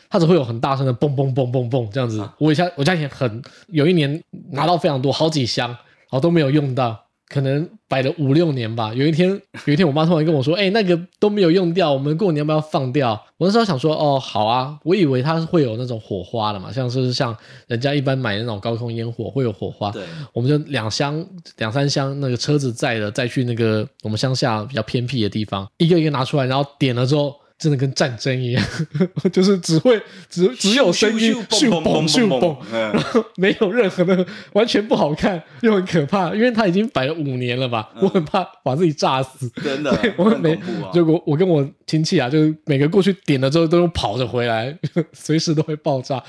Speaker 2: 它只会有很大声的嘣嘣嘣嘣嘣这样子。
Speaker 1: 啊
Speaker 2: 我以前我家以前很有一年拿到非常多，好几箱，然后哦都没有用到。可能摆了五六年吧，有一天，有一天，我妈突然跟我说：“哎、那个都没有用掉，我们过年要不要放掉？”我那时候想说：“哦，好啊。”我以为它会有那种火花的嘛，像是像人家一般买那种高空烟火会有火花，
Speaker 1: 啊对，
Speaker 2: 我们就两箱、两三箱那个车子载的，再去那个我们乡下比较偏僻的地方，一个一个拿出来，然后点了之后，真的跟战争一样， [laughs] 就是只会只只有声音，咻嘣咻嘣， [laughs]
Speaker 1: 嗯
Speaker 2: 没有任何的，完全不好看，又很可怕，因为它已经摆了五年了吧，
Speaker 1: 嗯
Speaker 2: 我很怕把自己炸死。
Speaker 1: 真的，
Speaker 2: 我们
Speaker 1: 很
Speaker 2: 每
Speaker 1: 恐怖啊！
Speaker 2: 就我我跟我亲戚啊，就是每个过去点了之后都用跑着回来， [laughs] 随时都会爆炸。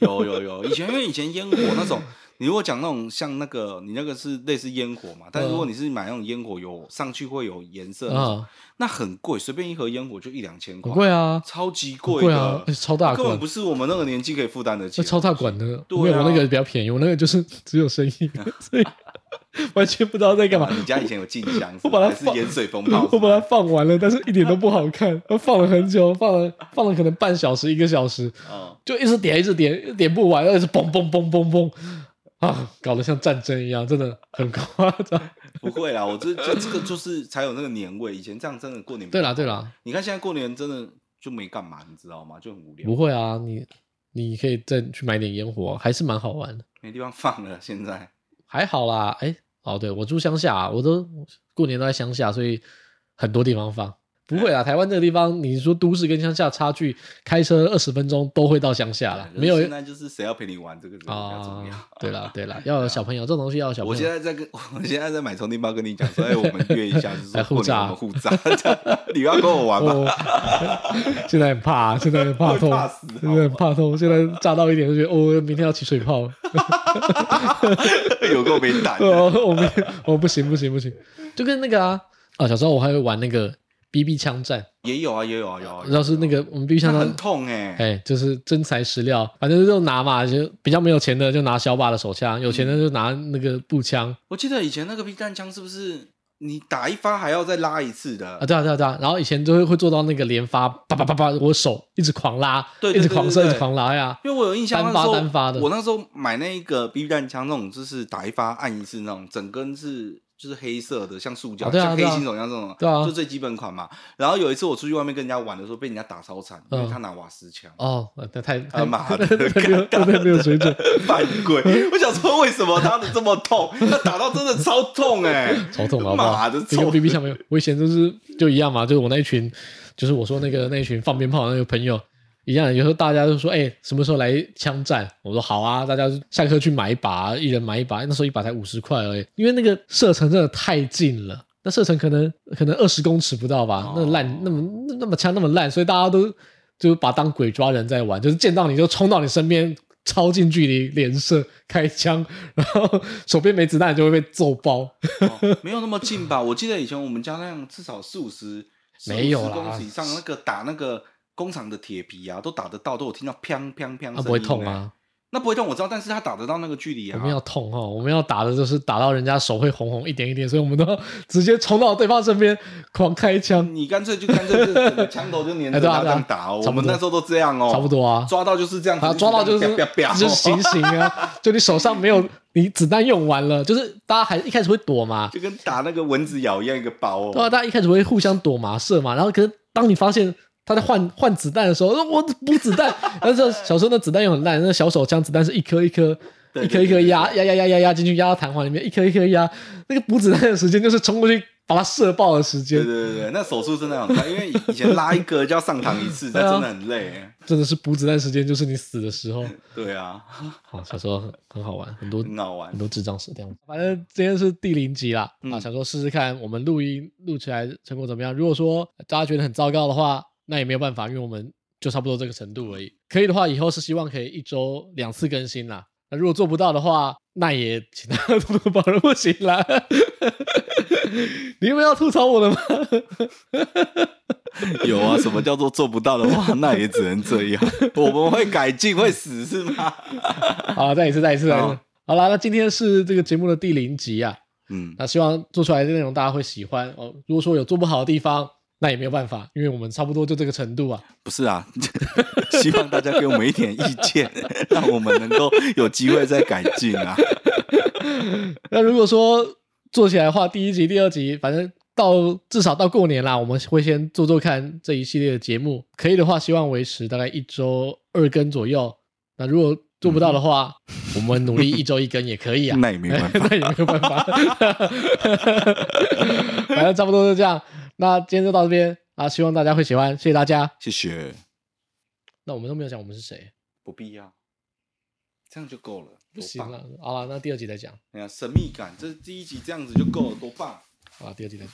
Speaker 1: 有有有，以前因为以前烟火那种，你如果讲那种像那个，你那个是类似烟火嘛，但是如果你是买那种烟火有上去会有颜色那种，
Speaker 2: 啊，
Speaker 1: 那很贵，随便一盒烟火就一两千
Speaker 2: 很
Speaker 1: 块，
Speaker 2: 贵啊，
Speaker 1: 超级
Speaker 2: 很
Speaker 1: 贵
Speaker 2: 啊
Speaker 1: 的，，
Speaker 2: 而且超大
Speaker 1: 根本
Speaker 2: 罐
Speaker 1: 不，是我们那个年纪可以负担得起
Speaker 2: 那
Speaker 1: 的。
Speaker 2: 超大管的，
Speaker 1: 对啊
Speaker 2: 没有我那个比较便宜，我那个就是只有声音，所以完全不知道在干嘛。
Speaker 1: 你家以前有静香是吧，
Speaker 2: 我把它
Speaker 1: 还是
Speaker 2: 放
Speaker 1: 盐水风炮是吧，
Speaker 2: [laughs] 我把它放完了，但是一点都不好看，我放了很久，放了放了可能半小时一个小时，
Speaker 1: 哦
Speaker 2: 就一直点一直点，点不完，而且是嘣嘣嘣嘣嘣。啊，搞得像战争一样，真的很夸
Speaker 1: [laughs]
Speaker 2: 张。
Speaker 1: 不会啦，我这这这个就是才有那个年味。以前这样真的过年，
Speaker 2: 对啦对，啦，
Speaker 1: 你看现在过年真的就没干嘛，你知道吗？就很无聊
Speaker 2: 不，会啊，你你可以再去买点烟火，还是蛮好玩的。
Speaker 1: 没地方放了。现在
Speaker 2: 还好啦，哎、哦对，我住乡下、我都过年都在乡下，所以很多地方放。不会啊，
Speaker 1: 哎
Speaker 2: 台湾这个地方，你说都市跟乡下差距，开车二十分钟都会到乡下啦，
Speaker 1: 对
Speaker 2: 没有
Speaker 1: 可哎是现在就是谁要陪你玩这个比较重要
Speaker 2: 啊。，
Speaker 1: [laughs]
Speaker 2: 对啦对啦，要有小朋友，这种东西要有小
Speaker 1: 我
Speaker 2: 朋
Speaker 1: 现
Speaker 2: 友。
Speaker 1: 在在跟，我现在在买充电宝，跟你讲说，哎，我们约一下，就是说
Speaker 2: 来互
Speaker 1: 过年
Speaker 2: 炸
Speaker 1: 我们互炸，这样 [laughs] 你要跟我玩吗？
Speaker 2: 哦， [laughs] 现在很怕，现在很怕痛
Speaker 1: 会怕死，哦
Speaker 2: 真的很怕痛。现在炸到一点就觉得，哦，明天要起水泡
Speaker 1: [laughs]
Speaker 2: 了。
Speaker 1: 有够没胆的，
Speaker 2: 哦，我们我不行不行不行，就跟那个啊啊，小时候我还会玩那个 BB 枪战，
Speaker 1: 也有啊，也有啊，有啊。
Speaker 2: 要是那个我们 BB 枪
Speaker 1: 那很
Speaker 2: 战，
Speaker 1: 痛哎、
Speaker 2: 哎，就是真材实料，反正就拿嘛，就比较没有钱的就拿小把的手枪，有钱的就拿那个步枪、
Speaker 1: 我记得以前那个避弹枪是不是你打一发还要再拉一次的？
Speaker 2: 啊，对啊对啊对啊，然后以前就会会做到那个连发，叭叭叭叭，我手一直狂拉，
Speaker 1: 对对
Speaker 2: 一直
Speaker 1: 对
Speaker 2: 狂
Speaker 1: 对
Speaker 2: 射，一直
Speaker 1: 对
Speaker 2: 狂拉呀，
Speaker 1: 因为我有印象，
Speaker 2: 单
Speaker 1: 那时候
Speaker 2: 发单发的
Speaker 1: 我那时候买那个 BB 弹枪，那种就是打一发按一次那种，整根是就是黑色的，像塑胶，
Speaker 2: 啊对啊
Speaker 1: 像黑
Speaker 2: 对啊
Speaker 1: 心手枪这种，
Speaker 2: 对啊
Speaker 1: 就最基本款嘛。然后有一次我出去外面跟人家玩的时候，被人家打超惨，因为
Speaker 2: 嗯
Speaker 1: 他拿瓦斯枪，
Speaker 2: 哦，那太
Speaker 1: 他
Speaker 2: [laughs] 太
Speaker 1: 哎妈的，
Speaker 2: 太没有
Speaker 1: 干
Speaker 2: 太没有水准，
Speaker 1: 犯规！我想说，为什么他的这么痛？他打到真的超痛哎、
Speaker 2: [laughs] 超痛啊好不好
Speaker 1: 妈的？
Speaker 2: 你跟
Speaker 1: 臭
Speaker 2: B B 枪没有？我以前就是就一样嘛，就是我那一群，就是我说那个那一群放鞭炮的那个朋友一样，有时候大家就说，哎、什么时候来枪战？我说好啊，大家下课去买一把，一人买一把，那时候一把才五十块而已，因为那个射程真的太近了。那射程可能可能二十公尺不到吧，
Speaker 1: 哦
Speaker 2: 那烂那么那那么枪那么烂，所以大家都就把当鬼抓人在玩，就是见到你就冲到你身边，超近距离连射开枪，然后手边没子弹就会被揍爆。
Speaker 1: 哦没有那么近吧？我记得以前我们家那样至少四五十，
Speaker 2: 没有啦
Speaker 1: 40公尺以上，那个打那个工厂的铁皮啊，都打得到，都有听到砰砰砰、
Speaker 2: 啊，不会痛啊！！
Speaker 1: 那不会痛，我知道，但是他打得到那个距离
Speaker 2: 我
Speaker 1: 啊。
Speaker 2: 们要痛哦，我们要打的就是打到人家手会红红一点一点，所以我们都 [laughs] 要直接冲到对方身边狂开枪，
Speaker 1: 你干脆就干脆就整个枪头就粘着
Speaker 2: 哎对啊
Speaker 1: 他这
Speaker 2: 对啊
Speaker 1: 样打哦。
Speaker 2: 差
Speaker 1: 我
Speaker 2: 不多
Speaker 1: 们那时候都这样哦，
Speaker 2: 差不多啊。
Speaker 1: 抓到就是这样子，
Speaker 2: 啊，抓到就是
Speaker 1: 啪啪哦啪
Speaker 2: 就是行刑啊！ [laughs] 就你手上没有，你子弹用完了，就是大家还一开始会躲嘛，
Speaker 1: 就跟打那个蚊子咬一样一个包
Speaker 2: 对啊，
Speaker 1: 哦。
Speaker 2: 大家一开始会互相躲嘛、射嘛，然后可是当你发现他在换换子弹的时候，呃我补子
Speaker 1: [laughs]
Speaker 2: 弹，然后这小时候那子弹又很烂，那小手枪子弹是一颗一颗。
Speaker 1: 对
Speaker 2: 一颗
Speaker 1: 对
Speaker 2: 一颗
Speaker 1: 对对
Speaker 2: 压压压压压压进去，压到弹簧里面，一颗一颗压。那个补子弹的时间就是冲过去把它射爆的时
Speaker 1: 对
Speaker 2: 间，
Speaker 1: 对对对，那手术真的很快，因为以前拉一个就要上膛一次，那
Speaker 2: 对啊
Speaker 1: 真的很累。
Speaker 2: 真的是补子弹时间就是你死的时候。
Speaker 1: 对啊，
Speaker 2: 好，小时候很很好玩，很多
Speaker 1: 很好玩
Speaker 2: 很。多智障死掉。反正今天是第零集啦，
Speaker 1: 嗯
Speaker 2: 啊，想说试试看我们录音录起来成果怎么样。如果说大家觉得很糟糕的话，那也没有办法，因为我们就差不多这个程度而已。可以的话，以后是希望可以一周两次更新啦。那如果做不到的话，那也请大家多多包容，不行啦。 [laughs] 你们要吐槽我了吗？
Speaker 1: [laughs] 有啊，什么叫做做不到的话，那也只能这样。
Speaker 2: [laughs]
Speaker 1: 我们会改进，会死是吗？
Speaker 2: 好，再一次，再一次，再一次
Speaker 1: 好。
Speaker 2: 好啦，那今天是这个节目的第零集啊。
Speaker 1: 嗯，
Speaker 2: 那希望做出来的内容大家会喜欢哦。如果说有做不好的地方，那也没有办法，因为我们差不多就这个程度啊。
Speaker 1: 不是啊， [laughs] 希望大家给我们一点意见，让我们能够有机会再改进啊。
Speaker 2: 那如果说做起来的话，第一集、第二集，反正到至少到过年啦，我们会先做做看这一系列的节目，可以的话，希望维持大概一周二更左右。那如果做不到的话，我们努力一周一更也可以啊。
Speaker 1: 嗯那也没办法。
Speaker 2: [laughs] 那也没有办法，反正差不多就这样。那今天就到这边啊，希望大家会喜欢，谢谢大家。
Speaker 1: 谢谢，
Speaker 2: 那我们都没有讲我们是谁。
Speaker 1: 不必要，这样就够了。
Speaker 2: 不行
Speaker 1: 了，
Speaker 2: 了，好了，那第二集再讲，
Speaker 1: 哎呀，神秘感，这第一集这样子就够了，多棒！
Speaker 2: 好了，第二集再讲。